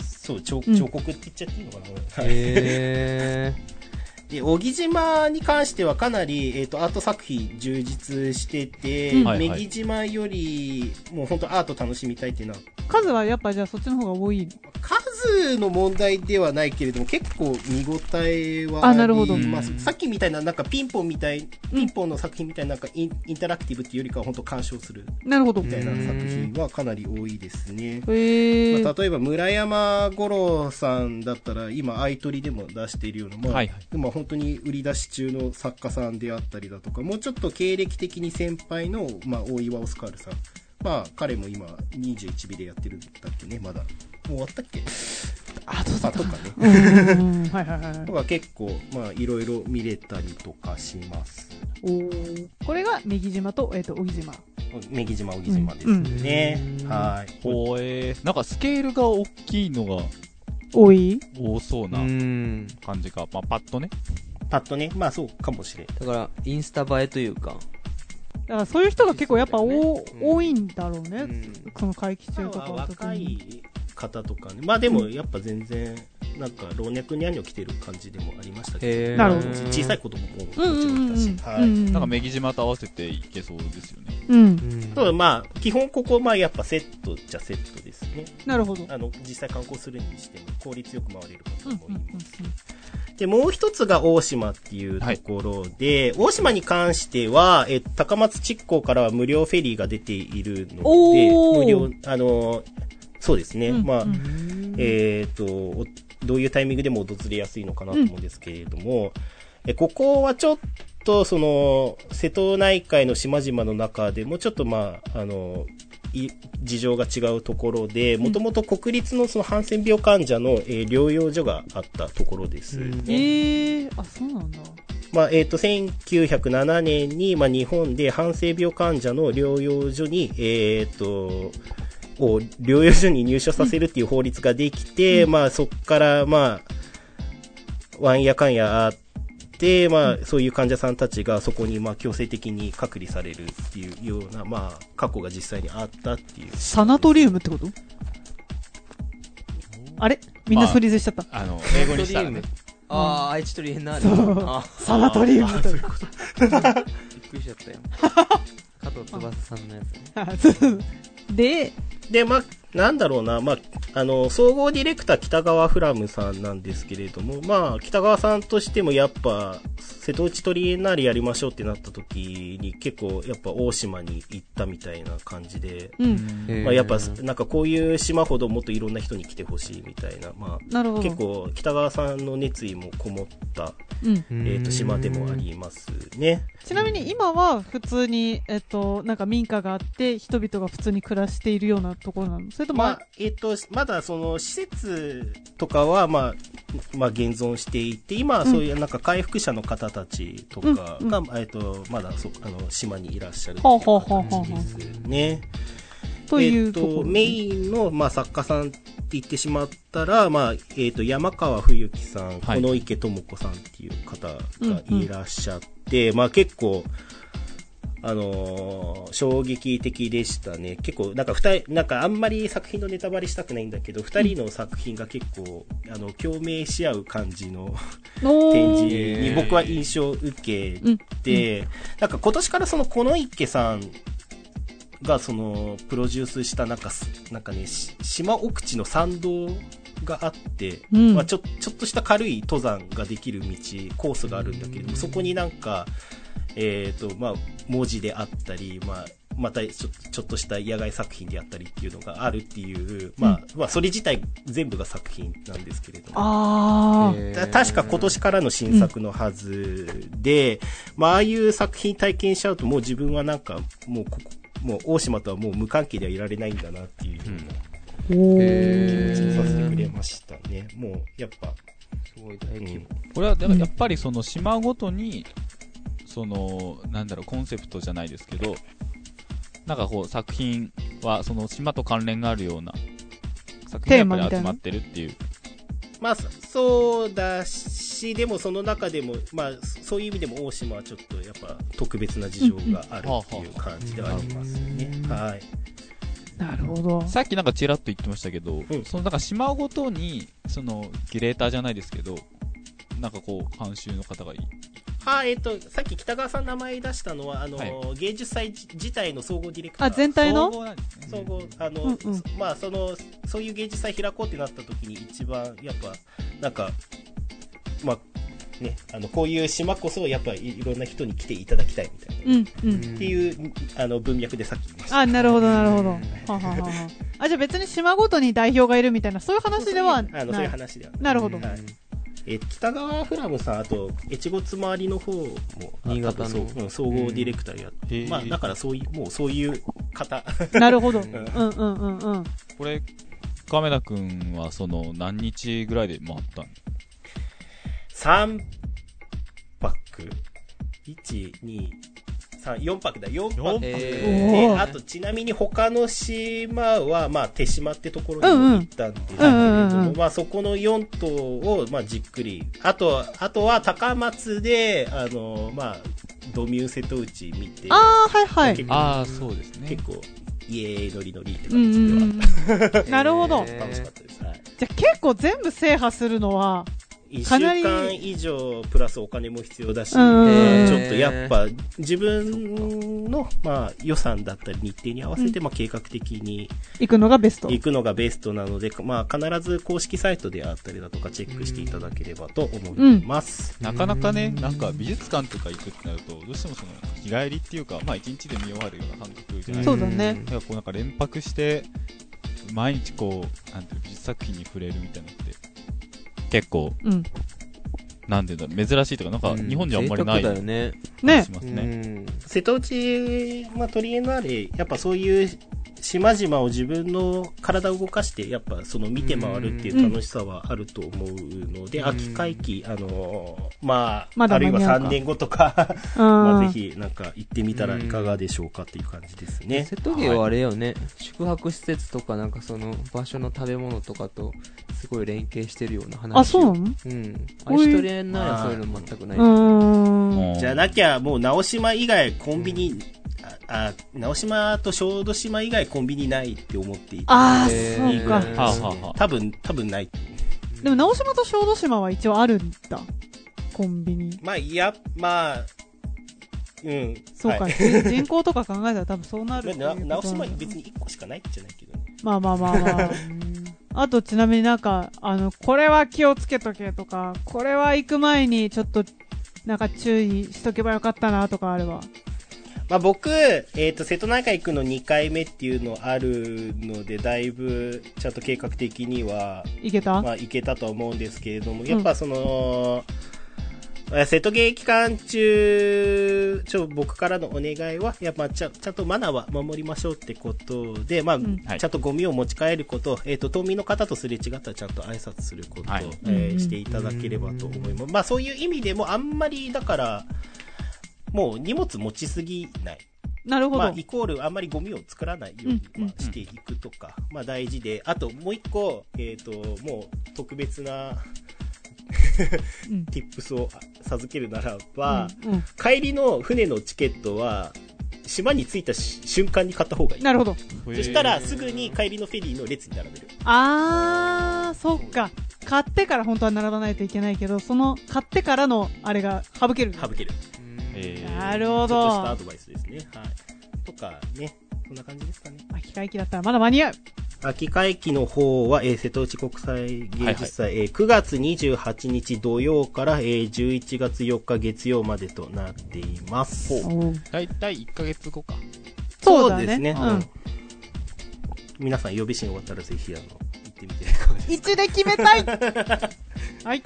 そう彫うん彫刻って言っちゃっていいのかな、はいへー。で、小木島に関してはかなり、えっ、と、アート作品充実してて、うんはいはい女木島より、もう本当アート楽しみたいっていうのは、数はやっぱじゃあそっちの方が多い。数の問題ではないけれども、結構見応えはあありなるほどまあうんさっきみたいな、なんかピンポンみたい、うんピンポンの作品みたいな、なんかインインタラクティブっていうよりかは本当鑑賞するなるほど。みたいへな作品はかなり多いですね。えーまあ、。例えば村山五郎さんだったら今相取りでも出しているような、まあはいはいまあ本当に売り出し中の作家さんであったりだとかもうちょっと経歴的に先輩の、まあ、大岩オスカールさんまあ彼も今21尾でやってるんだっけねまだもう終わったっけあ、どうさだとか うねんうんはいはいはいはいと。か結構まあいろいろ見れたりとかし ますおーこれが、右島と、えっと、小木島。女木島小木島ですね、うんはいほえー。なんかスケールが大きいのが多い多そう う。なん感じか。まあ、パッとね。パッとねまあそうかもしれんだから、インスタ映えというか。だからそういう人が結構やっぱそうだよ多ねうん多いんだろううね。んその会期中とかは特若に。い方とかねまあでもやっぱ全然なんか老若にゃんにょ来てる感じでもありましたけへどーなるほど小さい子供ももちうろんうんんいうんたし、うはいん。なんか、メギ島と合わせていけそうですよね。うんう。んただまあ基本ここまあやっぱセットじゃセットですねなるほど。あの実際観光するにしても効率よく回れるかとうん思います、うんうんで、もう一つが大島っていうところで、大島に関しては、え、高松地港からは無料フェリーが出ているので、おー無料、あの、そうですね。うんまあ、うんえっ、と、おどういうタイミングでも訪れやすいのかなと思うんですけれども、えここはちょっと、その、瀬戸内海の島々の中でもちょっと、まあ、あの、い事情が違うところで、もともと国立のそのハンセン病患者の、えー療養所があったところです、ね。うんえー、あ、そうなんだ。まあえー、と1907年に、まあ、日本でハンセン病患者の療養所に、えー、とを療養所に入所させるっていう法律ができて、まあ、そこから、まあ、わんやかんやあって、まあ、そういう患者さんたちがそこに、まあ、強制的に隔離されるっていうような、まあ、過去が実際にあったっていう。サナトリウムってことあれみんなそれずしちゃった。あの、英語にしたら ね。ああ、愛知とりえんな。そうあサナトリウムってこびっくりしちゃったよ。加藤翼さんのやつね。と。 で、で、まあ、なんだろうな、まあ、あの、総合ディレクター北川フラムさんなんですけれども、まあ、北川さんとしてもやっぱ、瀬戸内トリエンナーレやりましょうってなった時に結構やっぱ大島に行ったみたいな感じで、うん。まあ、やっぱへーなんかこういう島ほどもっといろんな人に来てほしいみたいな、まなるあ、ほ結ど。構北川さんの熱意もこもった、うん。うえんー、と島でもありますね。ちなみに今は普通に、えっと、なんか民家があって、人々が普通に暮らしているようなところなのそれとも、まあ、えっ、と、まだその施設とかは、まあ、まあ、現存していて、今はそういうなんか回復者の方たちとかが、うんえっ、と、まだそう、あの、島にいらっしゃるっていほううほうほうほう感じですね。というえっところと、メインの、まあ、作家さんって言ってしまったら、まあ、えっ、と、山川冬樹さん、はい小野池智子さんっていう方がいらっしゃって、まあ、結構、あのー衝撃的でしたね。結構、なんか二人、なんかあんまり作品のネタバレしたくないんだけど、二人の作品が結構、あの、共鳴し合う感じのお展ー示に僕は印象を受けうん。て、なんか今年からその、この池さんがその、プロデュースしたなんかす、なんかね、し島奥地の参道があって、うんまあちょ、ちょっとした軽い登山ができる道、コースがあるんだけれども、そこになんか、えーとまあ、文字であったり、まあ、またちょちょっとした野外作品であったりっていうのがあるっていう、まあまあ、それ自体全部が作品なんですけれども。あー。へたー確か今年からの新作のはずで、まあ、ああいう作品体験しちゃうともう自分はなんかもうここもう大島とはもう無関係ではいられないんだなっていうようなおへ気持ちにさせてくれー。ましたね。もうやっぱ、すごい大規模。これは、だからやっぱりその島ごとに、その、なんだろう、コンセプトじゃないですけど、なんかこう、作品は、その島と関連があるような、作品がやっぱり集まってるっていう。まあ、そそうだし、でもその中でも、まあ、そそういう意味でも大島はちょっとやっぱ特別な事情があるっていう感じではありますねうん。はい。なるほど。さっきなんかちらっと言ってましたけど、うんそのなんか島ごとに、その、キュレーターじゃないですけど、なんかこう、監修の方がいい。あ、えっ、と、さっき北川さん名前出したのは、あの、はい芸術祭自自体の総合ディレクター。あ全体の合なんですね総合あの、うんうんまあそのそういう芸術祭開こうってなった時に一番やっぱなんかまあねあのこういう島こそやっぱいいろんな人に来ていただきたいみうたいな、っん、うん。ていうあの文脈でさっき言いましたあ、なるほど、なるほど。うはんあはあはあはああ、じゃあ別に島ごとに代表がいるみたいな、そういう話ではなあのそういうい。話ではなるほどはいえー北川フラムさんあと越後つまわりの方もあ新潟の多分そううん総合ディレクターやって、へーまあだからそういうもうそういう方なるほど。ううんんうんうんうん。これ、亀田くんは、その、何日ぐらいで回ったん3泊1234泊だ4泊えでおーあとちなみに他の島は、まあ、手島ってところにうんうんも行ったんですけれどうんうんもう、んまあ、そこの4島を、まあ、じっくりあとあとは高松であの、まあ、ドミュー瀬戸内見てああ、はいはい。結構ああ、そうですね結。構イエーイノリノリってうん感うじんでうはん。ーなるほどへー楽しかったです、はいじゃあ結構全部制覇するのは、 1かなり週間以上プラスお金も必要だし、うんまあちょっとやっぱ自分の、まあ、予算だったり日程に合わせて、まあ、計画的に行くのがベスト。行くのがベストなので、まあ、必ず公式サイトであったりだとかチェックしていただければと思います。なかなかね、なんか美術館とか行くってなると、どうしてもその、日帰りっていうか、まあ一日で見終わるような感覚じゃないですか。そうだねなんかこうなんか連泊して、毎日こう、なんていうの美術作品に触れるみたいなのって、結構、うん。なんていうんだ、珍しいというか、なんか日本にはあんまりない贅沢だよね。気がねし。まうすね。ん瀬戸内、まあ、トリエナーレ、やっぱそういう島々を自分の体を動かして、やっぱその見て回るっていう楽しさはあると思うので、うん秋会期、あのーまあ、まだあるいは間に合うか3年後とか、う まあぜん。ひなんか行ってみたらいかがでしょうかっていう感じですね。瀬戸芸はあれよね、宿泊施設とかなんかその場所の食べ物とかとすごい連携してるような話あ、そうなうんこアうイいうストリアにならそういうの全くない、のうーん。もうじゃなきゃもう直島以外コンビニ、ああ直島と小豆島以外コンビニないって思っていてああ、えそーうか。はあはあはあ多分多分ないでも、直島と小豆島は一応あるんだ。コンビニ。まあいやまあうんそうか、はい人人口とか考えたら多分そうなるっていうまあな直こと島なんだ別に1個しかないじゃないけどねまあまあまあまあ。あとちなみになんか、あの、これは気をつけとけとか、これは行く前にちょっと、なんか注意しとけばよかったなとかあれば。まあ僕、えっ、と、瀬戸内海行くの2回目っていうのあるので、だいぶ、ちゃんと計画的には、行けた、まあ、いけたとは思うんですけれども、やっぱその、え瀬戸芸期間中、ちょ、僕からのお願いは、やっぱちゃ、ちゃんとマナーは守りましょうってことで、まあ、んはいちゃんとゴミを持ち帰ること、えっ、と、島民の方とすれ違ったらちゃんと挨拶すること、はいえーしていただければと思います。まあ、そういう意味でも、あんまり、だから、もう荷物持ちすぎない。なるほど。まあ、イコールあんまりゴミを作らないように、うんまあ、していくとか、まあ、大事で、あともう一個、えっ、と、もう特別なうん。 tips を授けるならば、うん帰りの船のチケットは、島に着いたし瞬間に買った方がいい。なるほど。そそしたら、すぐに帰りのフェリーの列に並べる。あー、そっか。買ってから本当は並ばないといけないけど、その、買ってからの、あれが省ける。省ける。えーなるほちょっとしたアど。ドバイスですね。はい。とかね、そんな感じですかね。秋会期だったらまだ間に合う。秋会期の方は、えー瀬戸内国際芸術祭、えー9月28日土曜から、えー11月4日月曜までとなっています。大体1ヶ月後か。そうだね。ですね。ううんん。皆さん予備審終わったらぜひ、あの、行ってみて はいかがですか。一で決め たいはい。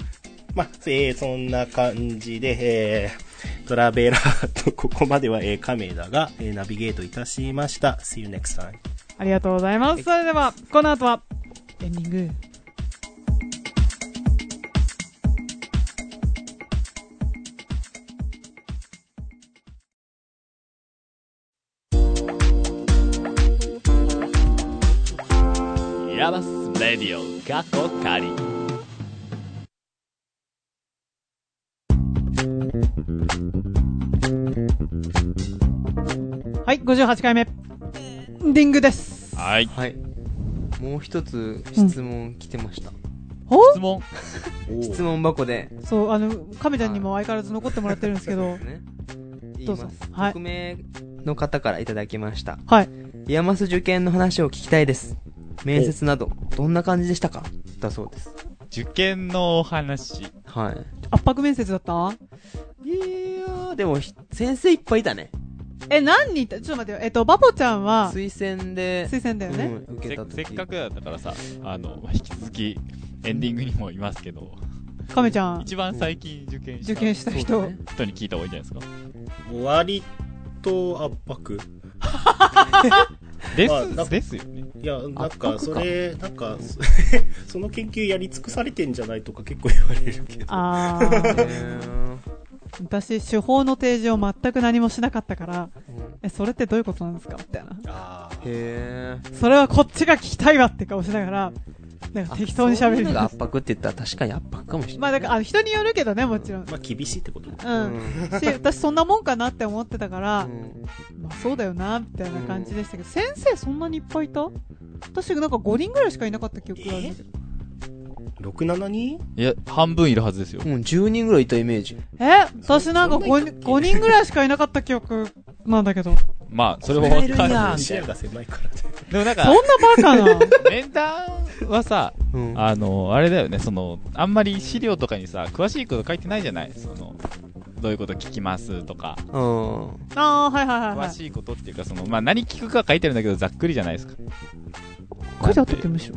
まあ、えーそんな感じで、えートラベラーとここまでは、えー、カメラが、えーナビゲートいたしました。See you next time. ありがとうございます。それでは、この後は、エンディング。ヤマスレディオ過去仮はい、58回目。エンディングです。はい。はいもう一つ質問来てました、ほ質問。質問箱でそう、あの、亀ちゃんにも相変わらず残ってもらってるんですけど、 ね言いどうまぞす、はい匿名の方からいただきましたはい。イヤマス受験の話を聞きたいです面接などどんな感じでしたかだそうです受験のお話。はい圧迫面接だったいやーでもひ先生いっぱいいたねえ、何人いたちょっと待ってよ。えっと、バボちゃんは、推薦で推薦だよね。うん、せ受けた時せっかくだったからさ、あの、まあ引き続き、エンディングにもいますけど、亀ちゃん、一番最近受験した受験したそう人だね。人に聞いた方がいいんじゃないですか。割と圧迫。です、まあなんかですよね。いや、なんか、圧迫そかれ、なんか、 そその研究やり尽くされてんじゃないとか結構言われるけど。あえ ー、ー私、手法の提示を全く何もしなかったから、うんえ、それってどういうことなんですかみたいな。あーへーそれはこっちが聞きたいわって顔しながら、なんかあ適当に喋そういるうのが圧迫って言ったら確かに圧迫かもしれまなあい、だから、あの人によるけどね、もちろん。まあ、厳しいってことだううんん。し、私そんなもんかなって思ってたから、うんまあそうだよな、みたいな感じでしたけど、先生そんなにいっぱいいた私なんか5人ぐらいしかいなかった記憶があるんだけど。 6、7人いや、半分いるはずですよ。うん、10人ぐらいいたイメージ。え私なんか 5, 5人ぐらいしかいなかった記憶なんだけ ど。まあ、それもわそれがかいるんる。だ視野が狭いからね。でもなんそんか、なバカ な。面談はさ、うん。あの、あれだよね、その、あんまり資料とかにさ、詳しいこと書いてないじゃないその、どういうこと聞きますとか、うん。ああ、はいはいはい、は詳い。しいことっていうか、その、まあ、何聞くか書いてるんだけど、ざっくりじゃないですか。書いてあったっけむしろ。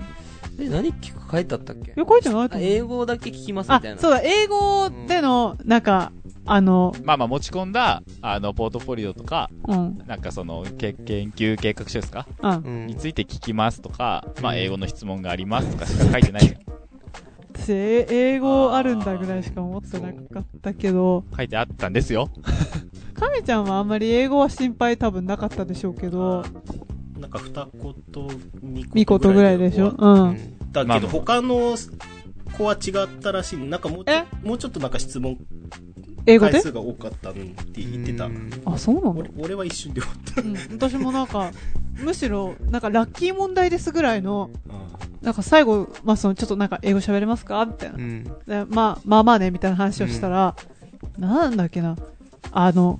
え、何聞く書いてあったっけえ、書いてないとあ思う。英語だけ聞きますみあたい、な。そううだ、英語での、なんか、あの、まあまあ持ち込んだ、あの、ポートフォリオとか、うん、なんかその、け研究計画書ですかうんう。にん。ついて聞きますとか、まあ英語の質問がありますとかしか書いてないじ ゃん。私、え英語あるんだぐらいしか思ってなかったけど、書いてあったんですよ。カメちゃんはあんまり英語は心配多分なかったでしょうけど、なんか二言、見二事言ぐぐららいいででし終ょわっう。うんんたまあけまど、あ他の子は違ったらしい。なんかもうちょえもうちょっとなんか質問英語回で数が多かったって言ってたう。んあ、そうなの俺俺は一瞬で終わった。うん、私もなんか、むしろ、なんかラッキー問題ですぐらいの、あなんか最後、まあその、ちょっとなんか英語喋れますかみたいなう。ん。でまあ、まあまあね、みたいな話をしたら、なんだっけな、あの、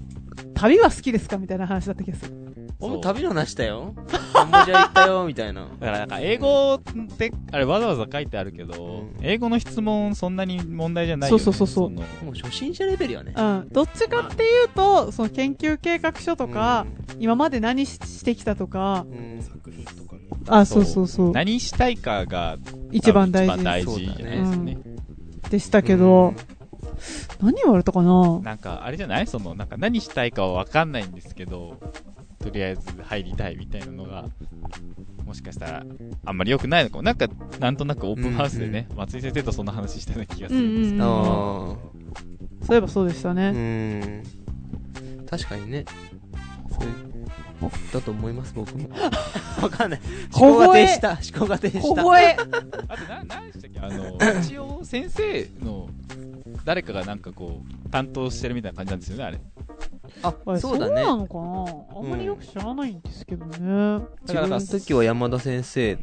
旅は好きですかみたいな話だった気がする。俺そうも旅の話したよ。カンボジア行ったよ、みたいな。だからなんか英語って、あれわざわざ書いてあるけど、英語の質問そんなに問題じゃないよね。そうそうそうそうのもう初心者レベルよね。うん。どっちかっていうと、その研究計画書とか、今まで何ししてきたとかう、ん、作品とかね。あ、そうそうそう、何したいかが一番大多分一番大事事じゃないですかそうだねね。でしたけど、何言われたかななんか、あれじゃないその、なんか何したいかはわかんないんですけど、とりあえず入りたいみたいなのが、もしかしたら、あんまり良くないのかも。なんか、なんとなくオープンハウスでね、松井先生とそんな話したような気がすうるんんですうんうん。あそういえばそうでしたあ。うね。ん。確かにね。それだと思います、僕 も。わかんない。思考が停止した。思考が停止小した。声あと、 な、何でしたっけあの、一応、先生の、誰かがなんかこう、担当してるみたいな感じなんですよね、あれ。ああ、そうだそうねな。のかなあんまりよく知らないんですけどね。自分の時は山田先生が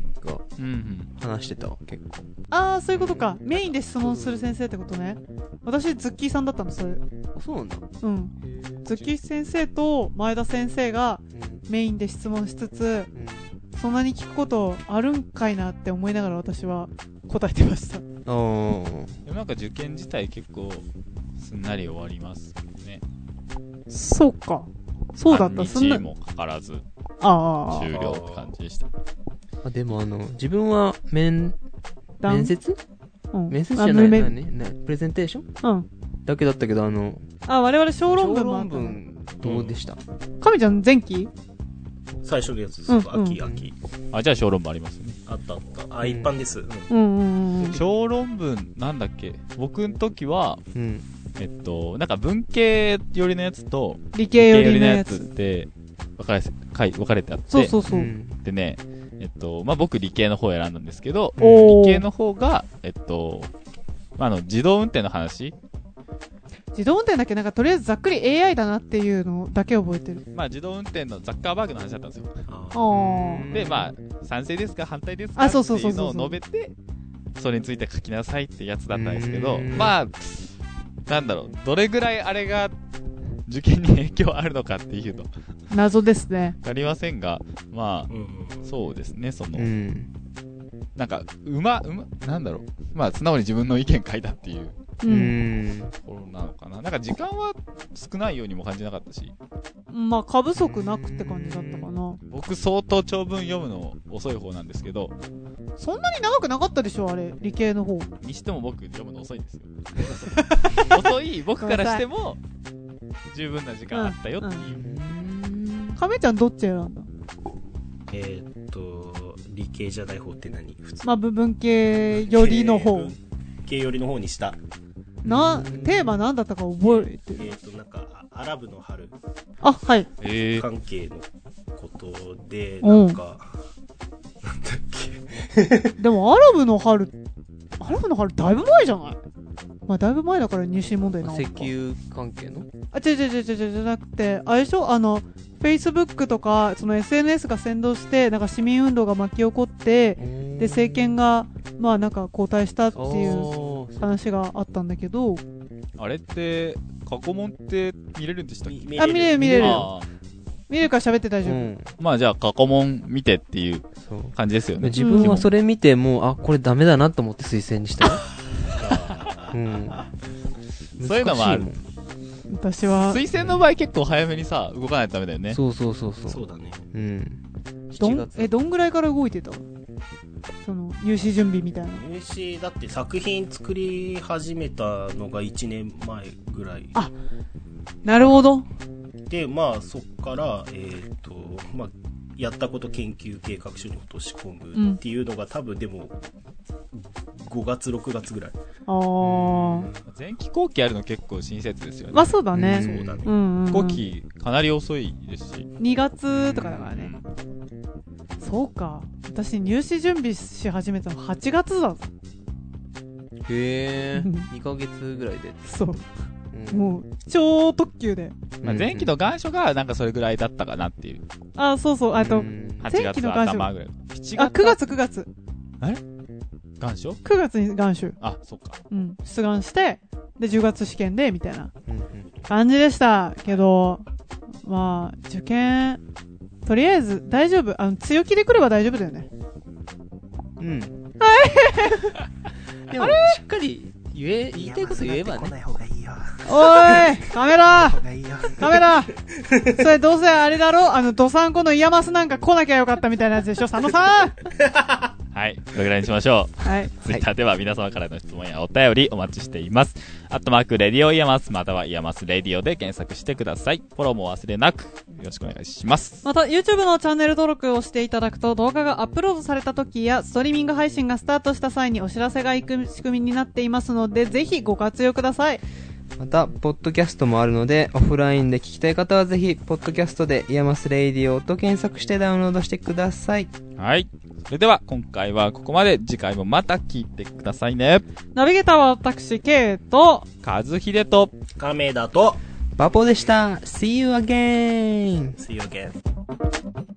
うんうん。話してたわ、結構。ああ、そういうことか。メインで質問する先生ってことね。私、ズッキーさんだったの、それ。あ、そうなんだ。うん。ズッキー先生と前田先生がメインで質問しつつ、うんそんなに聞くことあるんかいなって思いながら私は答えてました。うん。あでもなんか受験自体結構、すんなり終わりますけどね。そうか。そうだった。半そんな日、もかからず、あ終あ、了って感じでした。あ。あ、でもあの、自分は面、だん面接うん面接じゃないあめなになプレゼンテーションうん。だけだったけど、あの、あ、我々小論文もあ論ったね。文どうでしたかみちゃん前期最初のやつ、うん秋、うん秋。あ、じゃあ小論文ありますね。あったあった。うあ、ん一般です。うんうんうんうん。小論文、なんだっけ僕の時は、うん。えっと、なんか文系寄りのやつと、理系寄理系りのやつ。って、分かれ、かい分かれてあって、そうそうそうう。ん。でね、えっと、まあ、僕理系の方を選んだんですけど、お理系ーの方が、えっと、まあ、あの、自動運転の話、自動運転だっけなんかとりあえずざっくり AI だなっていうのだけ覚えてる。まあ、自動運転のザッカーバーグの話だったんですよ。ああーで、まあ、賛成ですか反対ですかあそうってそういそううそのうを述べて、それについて書きなさいってやつだったんですけうど、んまあ、なんだろう、どれぐらいあれが受験に影響あるのかっていうの、わ謎ですね。かりませんが、まうんうんあ、そうですね、その、うん。なんか、うま、うま、なんだろう、まあ、素直に自分の意見書いたっていううう。んん。ところなのかな。なんか、時間は少ないようにも感じなかったし、まあ、過不足なくって感じだったかな。僕、相当長文読むの遅い方なんですけど、そんなに長くなかったでしょあれ、理系の方。にしても僕読むの遅いん ですよ遅い僕からしても十分な時間あったよっていう、亀ちゃんどっち選んだえーっと、理系じゃない方って何普通まあ、部分系よりの方理。系寄りの方にした。な、テーマ何だったか覚えてえる。ーっと、なんか、アラブの春あ、はい。え関係のことで、うんなんか、なんだっけ。でも、アラブの春、アラブの春だいぶ前じゃないまあ、だいぶ前だから入試問題なのか。石油関係のあ、違う違う違う違うじゃなくて、あれでしょあの、Facebook とか、その SNS が先導して、なんか市民運動が巻き起こって、で、で政権が、まあなんか交代したってああいう話があったんだけど、あれって過去問って見れるんでしたっけあ、見れる見れる。あー見れるから喋って大う丈夫。ん。まあじゃあ過去問見てっていうそう。感じですよね自分はそれ見てもう、あ、これダメだなと思って推薦に したよ。うん。そういうのもある難し私は、推薦の場合結構早めにさ動かないとダメだよねいもんそうそうそうそう。そうだね。うん。ど7ん月えどんぐらいから動いてたその入試準備みたいな入試だって作品作り始めたのが1年前ぐらいあなるほどでまあそこからえっ、とまあやったこと研究計画書に落とし込むっていうのが、多分でも5月6月ぐらい、あ前期後期やるの結構親切ですよあね。まあそうだうねんそうだね、うん、うんうん、後期かなり遅いですし。 2月とかだからねそうか私入試準備し始めたの8月だぞへえうん2ヶ月ぐらいで、そううんもう超特急でまあ、前期の願書がなんかそれぐらいだったかなっていう。あそうそうあと、うん8月の頭ぐらい。7あ9月月9月願書9月に願書あ、そっか。うん出願してで10月試験でみたいなうんうん感じでしたけど、まあ、受験、とりあえず大丈夫。あの、強気で来れば大丈夫だよね。うん。でも、しっかり言え、言いたいこと言えば来なね。い方がいいよ。おいカメラがいいよ。カメラそれどうせあれだろあの、ドサンコのイヤマスなんか来なきゃよかったみたいなやつでしょ佐野さんはい。これぐらいにしましょう。はい。ツイッターでは皆様からの質問やお便りお待ちしています。アットマーク、レディオイヤマス、またはイヤマスレディオで検索してください。フォローもお忘れなく、よろしくお願いします。また、YouTube のチャンネル登録をしていただくと、動画がアップロードされた時や、ストリーミング配信がスタートした際にお知らせが行く仕組みになっていますので、ぜひご活用ください。また、ポッドキャストもあるので、オフラインで聞きたい方はぜひ、ポッドキャストでイヤマスレイディオと検索してダウンロードしてください。はい。それでは、今回はここまで。次回もまた聞いてくださいね。ナビゲーターは私、K と、和秀と、亀田とバポでした。See you again! See you again